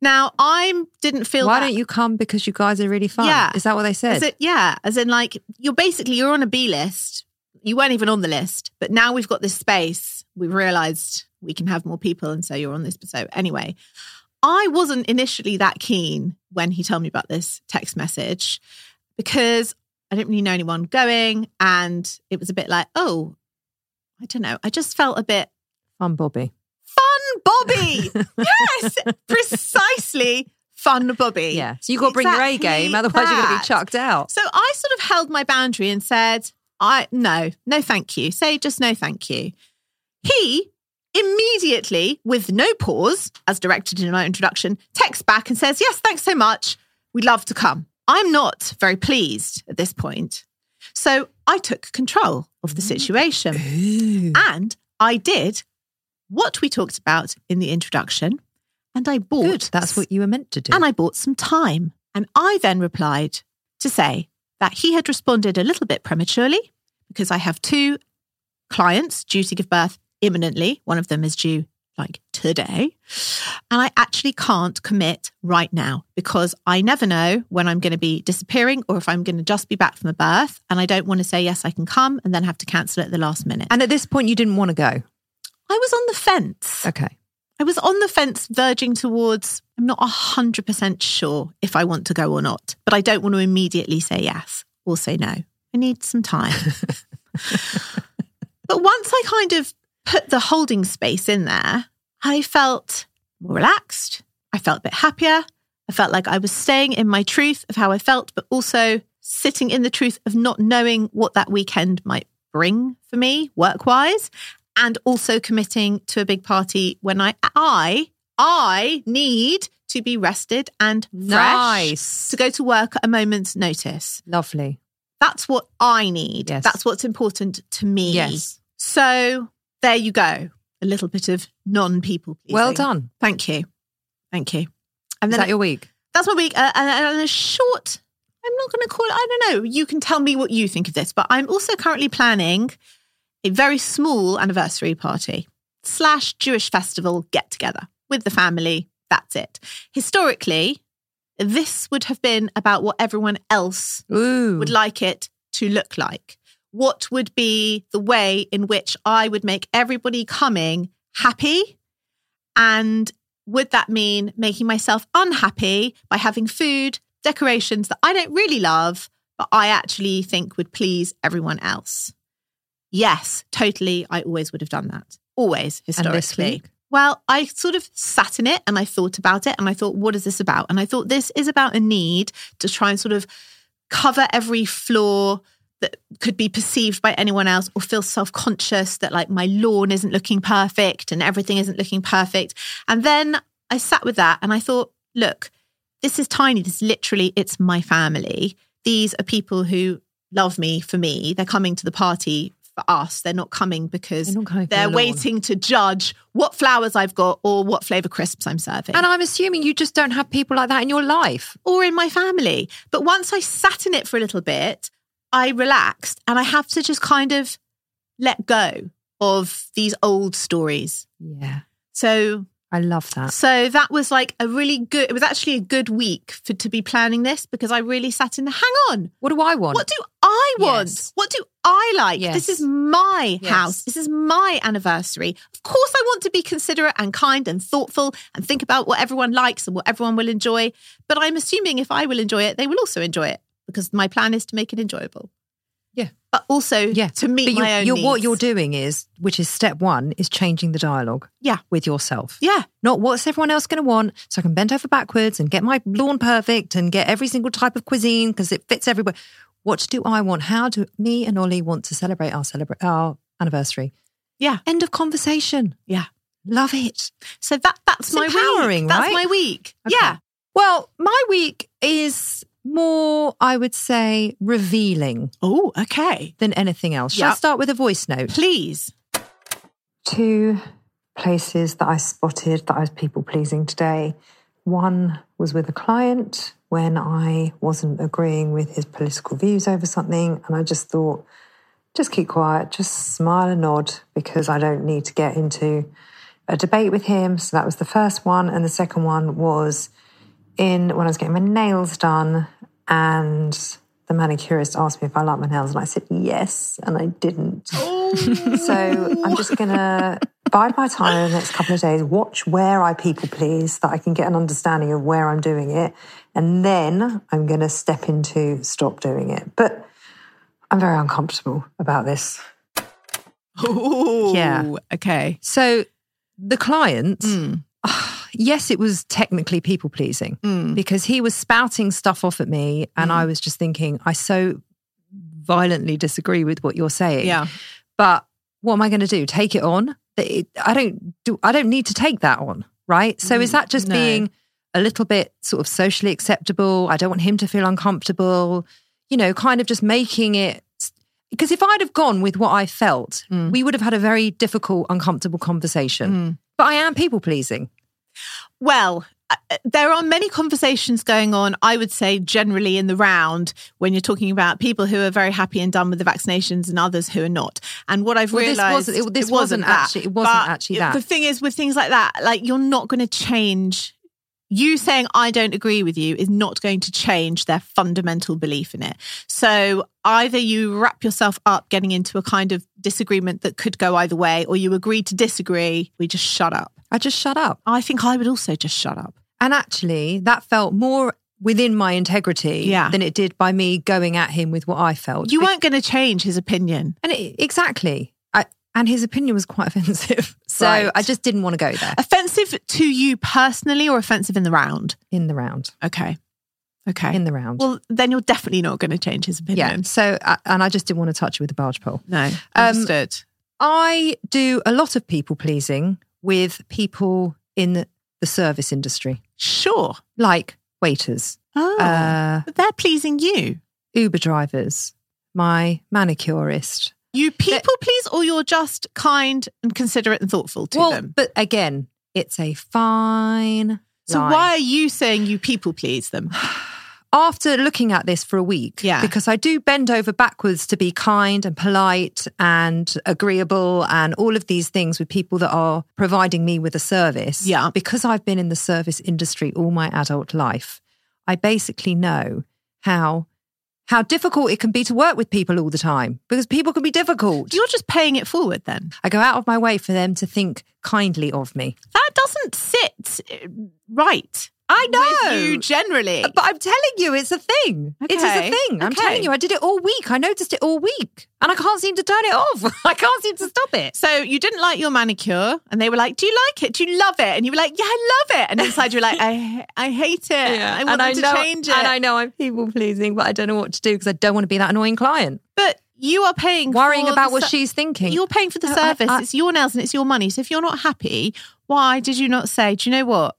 Speaker 2: Now, I didn't feel
Speaker 1: Why
Speaker 2: that-
Speaker 1: don't you come because you guys are really fun?
Speaker 2: Yeah.
Speaker 1: Is that what they said?
Speaker 2: as in- yeah, as in like you're basically you're on a B list. You weren't even on the list, but now we've got this space. We've realised we can have more people, and so you're on this. So anyway, I wasn't initially that keen when he told me about this text message because I didn't really know anyone going, and it was a bit like, oh, I don't know. I just felt a bit
Speaker 1: Fun Bobby.
Speaker 2: fun, Bobby. yes, precisely, fun, Bobby.
Speaker 1: Yeah. So you've got to bring your A
Speaker 2: Exactly
Speaker 1: game, otherwise you're going to
Speaker 2: that.
Speaker 1: be chucked out.
Speaker 2: So I sort of held my boundary and said, I no, no thank you. Say just no thank you. He immediately, with no pause, as directed in my introduction, texts back and says, Yes, thanks so much. We'd love to come. I'm not very pleased at this point. So I took control of the situation. And I did what we talked about in the introduction. And I bought.
Speaker 1: Good. That's what you were meant to do.
Speaker 2: And I bought some time. And I then replied to say that he had responded a little bit prematurely because I have two clients due to give birth imminently. One of them is due like today. And I actually can't commit right now because I never know when I'm going to be disappearing or if I'm going to just be back from a birth. And I don't want to say, yes, I can come and then have to cancel at the last minute.
Speaker 1: and at this point, you didn't want to go.
Speaker 2: I was on the fence.
Speaker 1: Okay.
Speaker 2: I was on the fence, verging towards I'm not 100% sure if I want to go or not, but I don't want to immediately say yes or say no. I need some time. but once I kind of put the holding space in there, I felt more relaxed. I felt a bit happier. I felt like I was staying in my truth of how I felt, but also sitting in the truth of not knowing what that weekend might bring for me work wise and also committing to a big party when I I I need to be rested and fresh
Speaker 1: Nice.
Speaker 2: to go to work at a moment's notice.
Speaker 1: Lovely.
Speaker 2: That's what I need.
Speaker 1: Yes.
Speaker 2: That's what's important to me.
Speaker 1: Yes.
Speaker 2: So there you go. A little bit of non people pleasing.
Speaker 1: Well done.
Speaker 2: Thank you. Thank you. And
Speaker 1: Is
Speaker 2: then
Speaker 1: that your week?
Speaker 2: that's my week. Uh, and, and a short, I'm not going to call it, I don't know. You can tell me what you think of this, but I'm also currently planning a very small anniversary party slash Jewish festival get together with the family. That's it. Historically, this would have been about what everyone else
Speaker 1: Ooh.
Speaker 2: would like it to look like? What would be the way in which I would make everybody coming happy? And would that mean making myself unhappy by having food, decorations that I don't really love, but I actually think would please everyone else? Yes, totally. I always would have done that. Always, historically.
Speaker 1: week?
Speaker 2: Well, I sort of sat in it and I thought about it and I thought, what is this about? And I thought this is about a need to try and sort of cover every flaw that could be perceived by anyone else or feel self conscious that like my lawn isn't looking perfect and everything isn't looking perfect. And then I sat with that and I thought, look, this is tiny. This literally, it's my family. These are people who love me for me. They're coming to the party for us. They're not coming because
Speaker 1: They're not coming for
Speaker 2: they're
Speaker 1: your lawn.
Speaker 2: waiting to judge what flowers I've got or what flavor crisps I'm serving
Speaker 1: And I'm assuming you just don't have people like that in your life.
Speaker 2: or in my family. But once I sat in it for a little bit, I relaxed and I have to just kind of let go of these old stories.
Speaker 1: Yeah.
Speaker 2: So
Speaker 1: I love that.
Speaker 2: so that was like a really good it was actually a good week for to be planning this because I really sat in the hang on.
Speaker 1: What do I want?
Speaker 2: What do I want?
Speaker 1: Yes.
Speaker 2: What do I like?
Speaker 1: Yes.
Speaker 2: This is my
Speaker 1: Yes.
Speaker 2: house. This is my anniversary. Of course, I want to be considerate and kind and thoughtful and think about what everyone likes and what everyone will enjoy. But I'm assuming if I will enjoy it, they will also enjoy it because my plan is to make it enjoyable.
Speaker 1: Yeah.
Speaker 2: But also
Speaker 1: yeah.
Speaker 2: to meet
Speaker 1: But you-
Speaker 2: my own
Speaker 1: you're, What
Speaker 2: needs.
Speaker 1: you're doing is, which is step one, is changing the dialogue.
Speaker 2: Yeah.
Speaker 1: With yourself.
Speaker 2: Yeah.
Speaker 1: Not what's everyone else going to want, so I can bend over backwards and get my lawn perfect and get every single type of cuisine because it fits everywhere. What do I want? How do me and Ollie want to celebrate our celebrate our anniversary?
Speaker 2: Yeah.
Speaker 1: End of conversation.
Speaker 2: Yeah.
Speaker 1: Love it.
Speaker 2: So that that's
Speaker 1: It's
Speaker 2: my
Speaker 1: empowering,
Speaker 2: week. That's
Speaker 1: right?
Speaker 2: my week.
Speaker 1: Okay.
Speaker 2: Yeah.
Speaker 1: Well, my week is more, I would say, revealing
Speaker 2: Oh, okay.
Speaker 1: than anything else. Shall I
Speaker 2: Yep.
Speaker 1: start with a voice note?
Speaker 2: Please.
Speaker 1: two places that I spotted that I was people pleasing today. One was with a client when I wasn't agreeing with his political views over something, and I just thought, just keep quiet, just smile and nod because I don't need to get into a debate with him. So that was the first one, and the second one was in when I was getting my nails done, and the manicurist asked me if I liked my nails, and I said yes, and I didn't. So I'm just going to bide my time in the next couple of days, watch where I people please, that I can get an understanding of where I'm doing it. And then I'm going to step into stop doing it. But I'm very uncomfortable about this.
Speaker 2: Oh,
Speaker 1: Yeah.
Speaker 2: Okay.
Speaker 1: So the client,
Speaker 2: Mm.
Speaker 1: yes, it was technically people pleasing
Speaker 2: Mm.
Speaker 1: because he was spouting stuff off at me. And
Speaker 2: Mm.
Speaker 1: I was just thinking, I so violently disagree with what you're saying.
Speaker 2: Yeah.
Speaker 1: But what am I going to do? Take it on? that it, I don't do I don't need to take that on, right? So is that just
Speaker 2: Mm, no.
Speaker 1: being a little bit sort of socially acceptable? I don't want him to feel uncomfortable, you know, kind of just making it because if I'd have gone with what I felt,
Speaker 2: Mm.
Speaker 1: we would have had a very difficult, uncomfortable conversation. But I am people pleasing.
Speaker 2: Well, uh, there are many conversations going on, I would say, generally in the round when you're talking about people who are very happy and done with the vaccinations and others who are not. And what I've
Speaker 1: Well, this
Speaker 2: realized
Speaker 1: wasn't- it- this wasn't actually- it wasn't
Speaker 2: But
Speaker 1: actually that.
Speaker 2: The thing is, with things like that, like you're not going to change. You saying I don't agree with you is not going to change their fundamental belief in it. So either you wrap yourself up getting into a kind of disagreement that could go either way, or you agree to disagree. We just shut up.
Speaker 1: I just shut up.
Speaker 2: I think I would also just shut up.
Speaker 1: And actually, that felt more within my integrity
Speaker 2: Yeah.
Speaker 1: than it did by me going at him with what I felt.
Speaker 2: You weren't going to change his opinion.
Speaker 1: and it, exactly. I, and his opinion was quite [laughs] offensive. So
Speaker 2: Right.
Speaker 1: I just didn't want to go there
Speaker 2: Offensive to you personally or offensive in the round?
Speaker 1: in the round.
Speaker 2: Okay. Okay.
Speaker 1: In the round.
Speaker 2: well, then you're definitely not going to change his
Speaker 1: yeah.
Speaker 2: opinion.
Speaker 1: So, I- and I just didn't want to touch it with a barge pole.
Speaker 2: No.
Speaker 1: Um,
Speaker 2: Understood.
Speaker 1: I do a lot of people pleasing with people in the service industry,
Speaker 2: sure.
Speaker 1: like waiters,
Speaker 2: Oh.
Speaker 1: uh,
Speaker 2: but they're pleasing you.
Speaker 1: Uber drivers, my manicurist.
Speaker 2: You people please, or you're just kind and considerate and thoughtful to
Speaker 1: well,
Speaker 2: them.
Speaker 1: but again, it's a fine.
Speaker 2: So
Speaker 1: line.
Speaker 2: why are you saying you people please [sighs] them?
Speaker 1: after looking at this for a week,
Speaker 2: Yeah.
Speaker 1: because I do bend over backwards to be kind and polite and agreeable and all of these things with people that are providing me with a service.
Speaker 2: Yeah.
Speaker 1: Because I've been in the service industry all my adult life, I basically know how how difficult it can be to work with people all the time because people can be difficult.
Speaker 2: You're just paying it forward then.
Speaker 1: I go out of my way for them to think kindly of me.
Speaker 2: That doesn't sit uh, right. I
Speaker 1: know.
Speaker 2: With you generally.
Speaker 1: But I'm telling you, it's a thing. It is a
Speaker 2: Okay.
Speaker 1: thing. I'm
Speaker 2: Okay.
Speaker 1: telling you, I did it all week. I noticed it all week. And I can't seem to turn it off. [laughs] I can't seem to stop it.
Speaker 2: So you didn't like your manicure, and they were like, "Do you like it? Do you love it?" And you were like, "Yeah, I love it." And inside you were like, "I, I hate it. I want
Speaker 1: and
Speaker 2: them
Speaker 1: I
Speaker 2: to
Speaker 1: know,
Speaker 2: change it."
Speaker 1: And I know I'm people pleasing, but I don't know what to do because I don't want to be that annoying client.
Speaker 2: but you are paying,
Speaker 1: Worrying
Speaker 2: for
Speaker 1: about
Speaker 2: the
Speaker 1: what
Speaker 2: ser-
Speaker 1: she's thinking.
Speaker 2: You're paying for the
Speaker 1: No, I-
Speaker 2: service.
Speaker 1: I-
Speaker 2: it's your nails and it's your money. So if you're not happy, why did you not say, "Do you know what?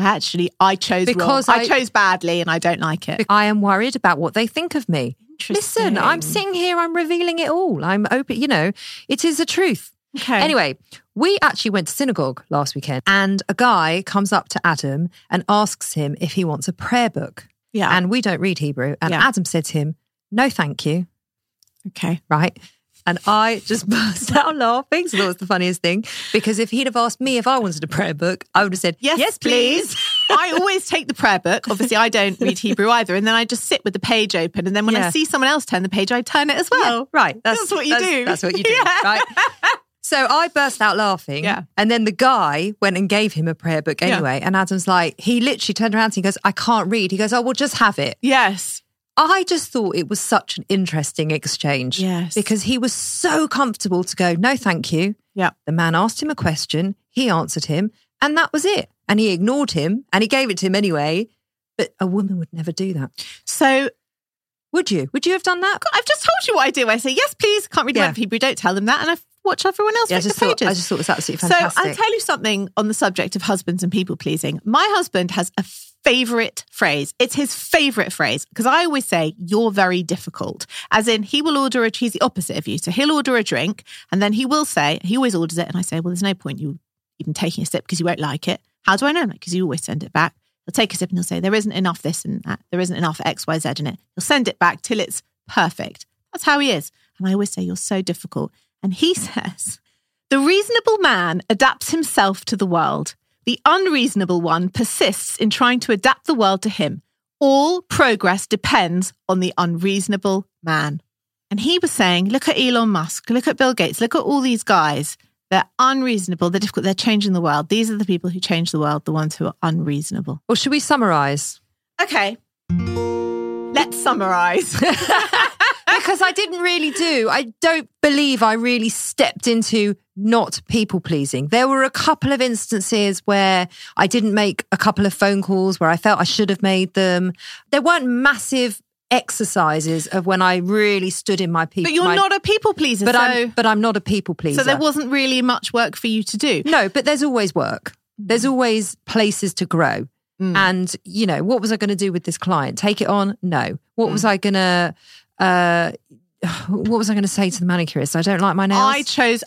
Speaker 2: I actually I chose wrong.
Speaker 1: Because
Speaker 2: I,
Speaker 1: I-
Speaker 2: chose badly, and I don't like it."
Speaker 1: I am worried about what they think of me. Listen, I'm
Speaker 2: Interesting.
Speaker 1: sitting here, I'm revealing it all. I'm open, you know, it is the truth.
Speaker 2: Okay.
Speaker 1: Anyway, we actually went to synagogue last weekend, and a guy comes up to Adam and asks him if he wants a prayer book.
Speaker 2: Yeah.
Speaker 1: And we don't read Hebrew. And
Speaker 2: Yeah.
Speaker 1: Adam said to him, No, thank you.
Speaker 2: okay.
Speaker 1: Right. And I just [laughs] burst out laughing. So that was the funniest thing. Because if he'd have asked me if I wanted a prayer book, I would have said, Yes, please.
Speaker 2: [laughs] I always take the prayer book. Obviously, I don't read Hebrew either. And then I just sit with the page open. And then when
Speaker 1: Yeah.
Speaker 2: I see someone else turn the page, I turn it as well.
Speaker 1: Yeah, right. That's,
Speaker 2: That's what you do.
Speaker 1: That's what you do.
Speaker 2: [laughs] Yeah.
Speaker 1: Right. So I burst out laughing.
Speaker 2: Yeah.
Speaker 1: And then the guy went and gave him a prayer book
Speaker 2: Yeah.
Speaker 1: anyway. And Adam's like, he literally turned around to him and goes, I can't read. He goes, Oh, well, just have it.
Speaker 2: Yes.
Speaker 1: I just thought it was such an interesting exchange.
Speaker 2: Yes.
Speaker 1: Because he was so comfortable to go, no, thank you.
Speaker 2: Yeah.
Speaker 1: The man asked him a question, he answered him, and that was it. And he ignored him and he gave it to him anyway. But a woman would never do that.
Speaker 2: So
Speaker 1: Would you? Would you have done that?
Speaker 2: I've just told you what I do. I say, yes, please. Can't read
Speaker 1: Yeah.
Speaker 2: yeah. word of Hebrew. Don't tell them that. And I watch everyone else
Speaker 1: Yeah, I
Speaker 2: read the
Speaker 1: just thought, I
Speaker 2: pages.
Speaker 1: just thought it was absolutely
Speaker 2: so
Speaker 1: fantastic.
Speaker 2: I'll tell you something on the subject of husbands and people pleasing. My husband has a favorite phrase. It's his favorite phrase because I always say, you're very difficult. As in, he will order a, he's the opposite of you. So he'll order a drink and then he will say, he always orders it. And I say, well, there's no point you even taking a sip because you won't like it. How do I know? Because you always send it back. He'll take a sip and he'll say, there isn't enough this and that. There isn't enough X, Y, Z in it. He'll send it back till it's perfect. That's how he is. And I always say, you're so difficult. And he [laughs] says, the reasonable man adapts himself to the world. The unreasonable one persists in trying to adapt the world to him. All progress depends on the unreasonable man. And he was saying, look at Elon Musk, look at Bill Gates, look at all these guys. They're unreasonable, they're difficult, they're changing the world. These are the people who change the world, the ones who are unreasonable.
Speaker 1: Well, should we
Speaker 2: [laughs]
Speaker 1: summarize?
Speaker 2: Okay. Let's summarize. [laughs]
Speaker 1: because I didn't really do. I don't believe I really stepped into not people pleasing. There were a couple of instances where I didn't make a couple of phone calls where I felt I should have made them. There weren't massive exercises of when I really stood in my people.
Speaker 2: But you're
Speaker 1: my-
Speaker 2: not a people pleaser,
Speaker 1: But
Speaker 2: so,
Speaker 1: I'm. But I'm not a people pleaser.
Speaker 2: so there wasn't really much work for you to do.
Speaker 1: No, but there's always work. There's
Speaker 2: Mm.
Speaker 1: always places to grow. And, you know, what was I going to do with this client? Take it on? No. What
Speaker 2: Mm.
Speaker 1: was I going to, uh, [sighs] what was I going to say to the manicurist? I don't like my nails.
Speaker 2: I chose,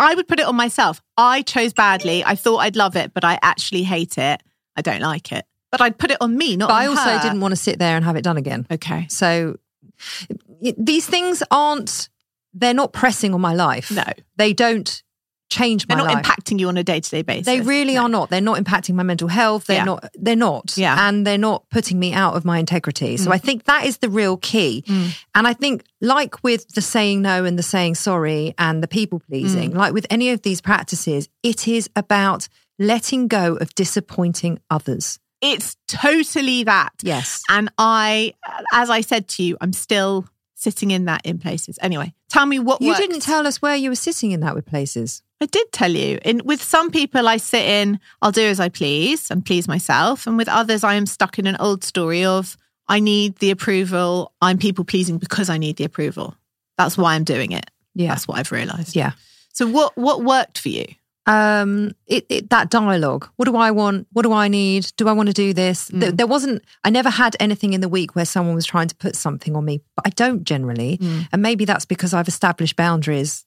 Speaker 2: I would put it on myself. I chose badly. I thought I'd love it, but I actually hate it. I don't like it. But I'd put it on me, not
Speaker 1: but
Speaker 2: on
Speaker 1: I also
Speaker 2: her.
Speaker 1: didn't want to sit there and have it done again.
Speaker 2: Okay.
Speaker 1: So y- these things aren't, they're not pressing on my life.
Speaker 2: No.
Speaker 1: They don't change my
Speaker 2: They're not
Speaker 1: life.
Speaker 2: impacting you on a day to day basis.
Speaker 1: They really are not. They're not impacting my mental health. They're
Speaker 2: Yeah.
Speaker 1: not. They're not.
Speaker 2: Yeah.
Speaker 1: And they're not putting me out of my integrity. So I think that is the real key. And I think, like with the saying no and the saying sorry and the people pleasing, like with any of these practices, it is about letting go of disappointing others.
Speaker 2: It's totally that.
Speaker 1: Yes.
Speaker 2: And I, as I said to you, I'm still sitting in that in places. Anyway, tell me what
Speaker 1: You
Speaker 2: worked.
Speaker 1: didn't tell us where you were sitting in that with places.
Speaker 2: I did tell you. In with some people, I sit in. I'll do as I please and please myself. And with others, I am stuck in an old story of I need the approval. I'm people pleasing because I need the approval. That's why I'm doing it.
Speaker 1: Yeah.
Speaker 2: That's what I've realised.
Speaker 1: Yeah.
Speaker 2: So what what worked for you?
Speaker 1: um it, it that dialogue what do i want what do i need do i want to do this Th- there, wasn't i never had anything in the week where someone was trying to put something on me but i don't generally and maybe that's because i've established boundaries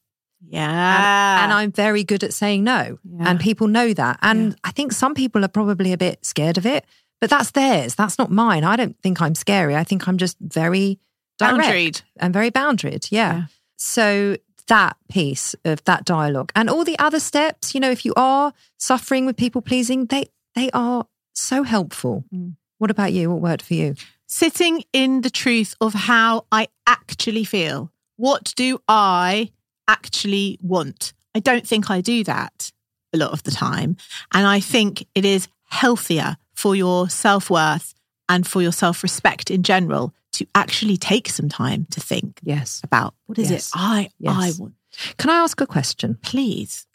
Speaker 2: Yeah.
Speaker 1: and i'm very good at saying no
Speaker 2: Ah. Yeah.
Speaker 1: and people know that and i think some people are probably a bit scared of it but that's theirs that's not mine i don't think i'm scary i think i'm just very direct
Speaker 2: Boundaried.
Speaker 1: and very boundaried. Yeah.
Speaker 2: Yeah.
Speaker 1: So that piece of that dialogue and all the other steps, you know, if you are suffering with people pleasing, they they are so helpful.
Speaker 2: Mm.
Speaker 1: What about you? What worked for you?
Speaker 2: sitting in the truth of how I actually feel. What do I actually want? I don't think I do that a lot of the time. And I think it is healthier for your self worth and for your self respect in general to actually take some time to think
Speaker 1: Yes.
Speaker 2: about what is
Speaker 1: Yes.
Speaker 2: it I
Speaker 1: Yes.
Speaker 2: I want.
Speaker 1: Can I ask a question?
Speaker 2: Please.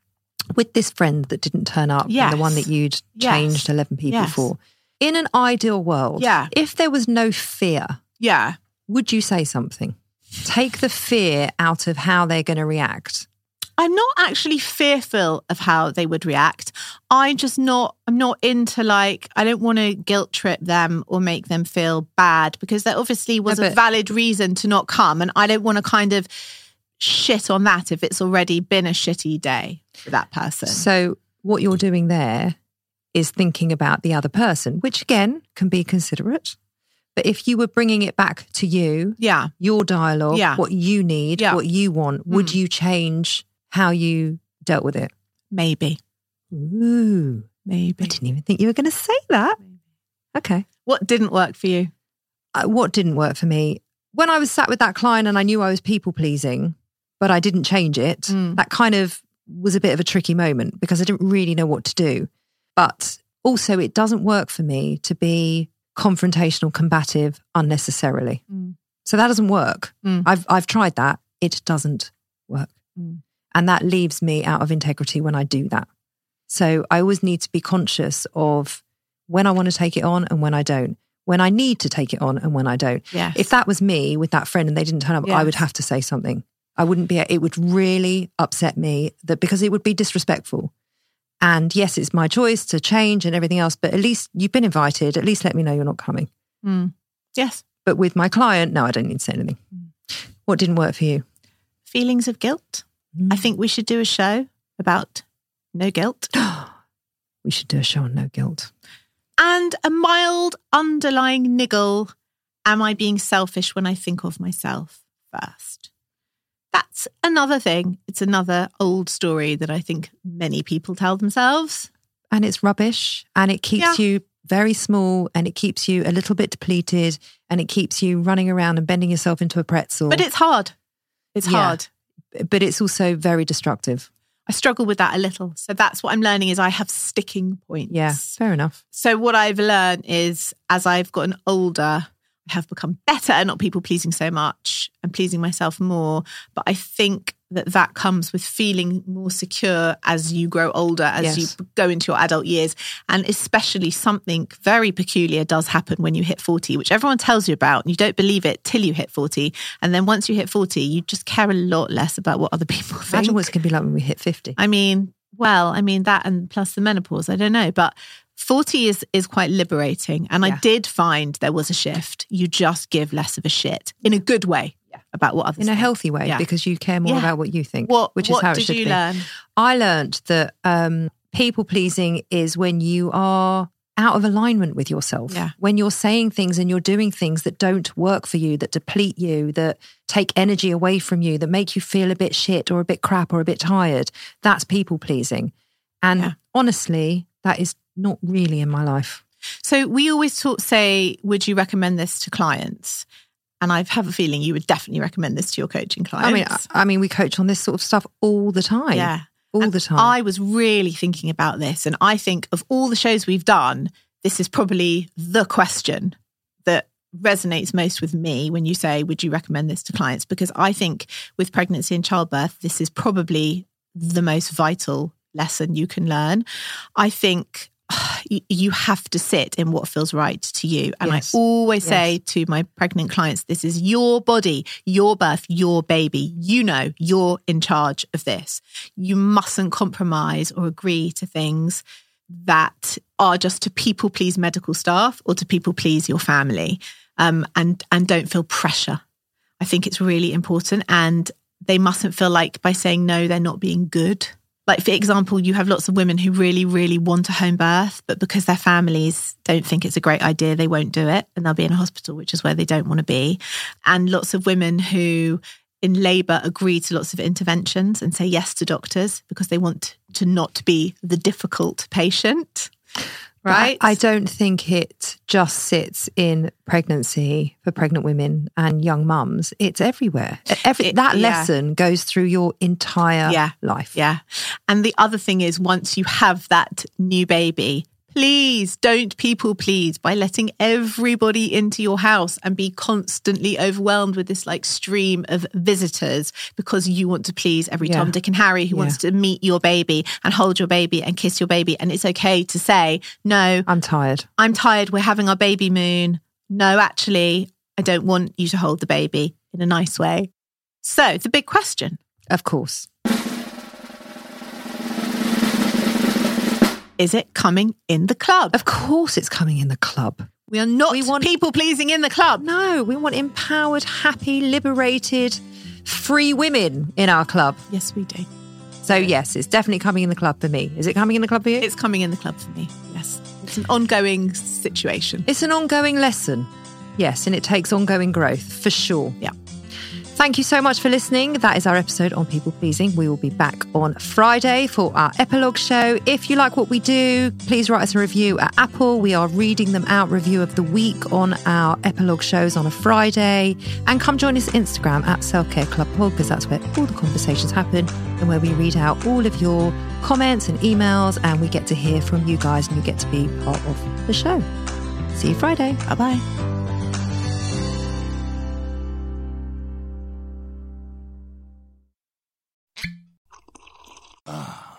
Speaker 1: With this friend that didn't turn up, and
Speaker 2: Yes.
Speaker 1: the one that you'd
Speaker 2: Yes.
Speaker 1: changed eleven people
Speaker 2: Yes.
Speaker 1: for, in an ideal world,
Speaker 2: Yeah.
Speaker 1: if there was no fear,
Speaker 2: Yeah.
Speaker 1: would you say something? Take the fear out of how they're going to react.
Speaker 2: I'm not actually fearful of how they would react. I'm just not, I'm not into like, I don't want to guilt trip them or make them feel bad because there obviously was
Speaker 1: No,
Speaker 2: a
Speaker 1: but-
Speaker 2: valid reason to not come. And I don't want to kind of shit on that if it's already been a shitty day for that person.
Speaker 1: So what you're doing there is thinking about the other person, which again can be considerate. But if you were bringing it back to you,
Speaker 2: yeah.
Speaker 1: your dialogue,
Speaker 2: Yeah.
Speaker 1: what you need,
Speaker 2: Yeah.
Speaker 1: what you want, would
Speaker 2: Mm.
Speaker 1: you change how you dealt with it?
Speaker 2: Maybe.
Speaker 1: Ooh, I
Speaker 2: Maybe.
Speaker 1: didn't even think you were going to say that. Okay.
Speaker 2: What didn't work for you?
Speaker 1: Uh, what didn't work for me when I was sat with that client and I knew I was people pleasing, but I didn't change it,
Speaker 2: Mm.
Speaker 1: that kind of was a bit of a tricky moment because I didn't really know what to do. But also, it doesn't work for me to be confrontational, combative unnecessarily.
Speaker 2: Mm.
Speaker 1: So that doesn't work.
Speaker 2: Mm.
Speaker 1: I've, I've tried that. It doesn't work.
Speaker 2: Mm.
Speaker 1: And that leaves me out of integrity when I do that. So I always need to be conscious of when I want to take it on and when I don't, when I need to take it on and when I don't.
Speaker 2: Yes.
Speaker 1: If that was me with that friend and they didn't turn up, I would
Speaker 2: Yes.
Speaker 1: have to say something. I wouldn't be, it would really upset me that because it would be disrespectful. And yes, it's my choice to change and everything else, but at least you've been invited. At least let me know you're not coming.
Speaker 2: Mm. Yes.
Speaker 1: But with my client, no, I don't need to say anything.
Speaker 2: Mm.
Speaker 1: What didn't work for you?
Speaker 2: Feelings of guilt.
Speaker 1: Mm.
Speaker 2: I think we should do a show about no guilt.
Speaker 1: We should do a show on no guilt.
Speaker 2: and a mild underlying niggle. Am I being selfish when I think of myself first? That's another thing. It's another old story that I think many people tell themselves.
Speaker 1: and it's rubbish and it keeps you very small and it keeps you a little bit depleted and it keeps you running around and bending yourself into a pretzel
Speaker 2: But it's hard. It's
Speaker 1: Yeah.
Speaker 2: hard.
Speaker 1: but it's also very destructive
Speaker 2: I struggle with that a little. So that's what I'm learning is I have sticking points.
Speaker 1: yeah fair enough
Speaker 2: So what I've learned is as I've gotten older, I have become better at not people pleasing so much and pleasing myself more. But I think that that comes with feeling more secure as you grow older, as
Speaker 1: Yes.
Speaker 2: you go into your adult years. And especially something very peculiar does happen when you hit 40, which everyone tells you about. And you don't believe it till you hit 40. And then once you hit 40, you just care a lot less about what other [laughs] people think.
Speaker 1: Imagine what it's going to be like when we hit 50.
Speaker 2: I mean, well, I mean that and plus the menopause, I don't know, but 40 is is quite liberating and I
Speaker 1: Yeah.
Speaker 2: did find there was a shift. You just give less of a shit in a good way about what others
Speaker 1: in a
Speaker 2: think.
Speaker 1: healthy way
Speaker 2: Yeah.
Speaker 1: because you care more
Speaker 2: Yeah.
Speaker 1: about what you think,
Speaker 2: what
Speaker 1: which is
Speaker 2: what
Speaker 1: how it
Speaker 2: did
Speaker 1: should
Speaker 2: you
Speaker 1: be.
Speaker 2: learn?
Speaker 1: I learned that um, people pleasing is when you are out of alignment with yourself.
Speaker 2: Yeah.
Speaker 1: When you're saying things and you're doing things that don't work for you, that deplete you, that take energy away from you, that make you feel a bit shit or a bit crap or a bit tired. That's people pleasing. And
Speaker 2: Yeah.
Speaker 1: honestly, that is not really in my life.
Speaker 2: So we always talk say, would you recommend this to clients? And I have a feeling you would definitely recommend this to your coaching clients.
Speaker 1: I mean, I, I mean, we coach on this sort of stuff all the time.
Speaker 2: yeah.
Speaker 1: All
Speaker 2: And
Speaker 1: the time.
Speaker 2: I was really thinking about this. And I think of all the shows we've done, this is probably the question that resonates most with me when you say, Would you recommend this to clients? Because I think with pregnancy and childbirth, this is probably the most vital lesson you can learn. I think. [sighs] you- You have to sit in what feels right to you. And
Speaker 1: Yes.
Speaker 2: I always say to my pregnant clients, this is your body, your birth, your baby. You know, you're in charge of this you mustn't compromise or agree to things that are just to people please medical staff or to people please your family um, and and don't feel pressure i think it's really important and they mustn't feel like by saying no they're not being good like for example you have lots of women who really really want a home birth but because their families don't think it's a great idea they won't do it and they'll be in a hospital which is where they don't want to be and lots of women who in labour agree to lots of interventions and say yes to doctors because they want to not be the difficult patient.
Speaker 1: But I-
Speaker 2: Right?
Speaker 1: I, don't think it just sits in pregnancy for pregnant women and young mums. It's everywhere. E, Every
Speaker 2: It-
Speaker 1: that
Speaker 2: yeah.
Speaker 1: lesson goes through your entire
Speaker 2: Yeah.
Speaker 1: life.
Speaker 2: Yeah. And the other thing is, once you have that new baby, please don't people please by letting everybody into your house and be constantly overwhelmed with this like stream of visitors because you want to please every
Speaker 1: Yeah.
Speaker 2: Tom, Dick, and Harry who
Speaker 1: Yeah.
Speaker 2: wants to meet your baby and hold your baby and kiss your baby. And it's okay to say, no,
Speaker 1: I'm tired.
Speaker 2: I'm tired. We're having our baby moon. No, actually, I don't want you to hold the baby in a nice way. So, the big question
Speaker 1: Of course.
Speaker 2: is it coming in the club?
Speaker 1: Of course it's coming in the club.
Speaker 2: We are not
Speaker 1: We want-
Speaker 2: people pleasing in the club.
Speaker 1: No, we want empowered, happy, liberated, free women in our club.
Speaker 2: Yes, we do.
Speaker 1: So yes, it's definitely coming in the club for me. Is it coming in the club for you?
Speaker 2: It's coming in the club for me. Yes. It's an ongoing situation.
Speaker 1: It's an ongoing lesson. Yes, and it takes ongoing growth for sure.
Speaker 2: Yeah.
Speaker 1: Thank you so much for listening. That is our episode on people pleasing. We will be back on Friday for our epilogue show. If you like what we do, please write us a review at Apple. We are reading them out review of the week on our epilogue shows on a Friday. And come join us Instagram at Self Care Club Pod because that's where all the conversations happen and where we read out all of your comments and emails and we get to hear from you guys and you get to be part of the show. See you Friday.
Speaker 2: Bye bye.
Speaker 3: Ah,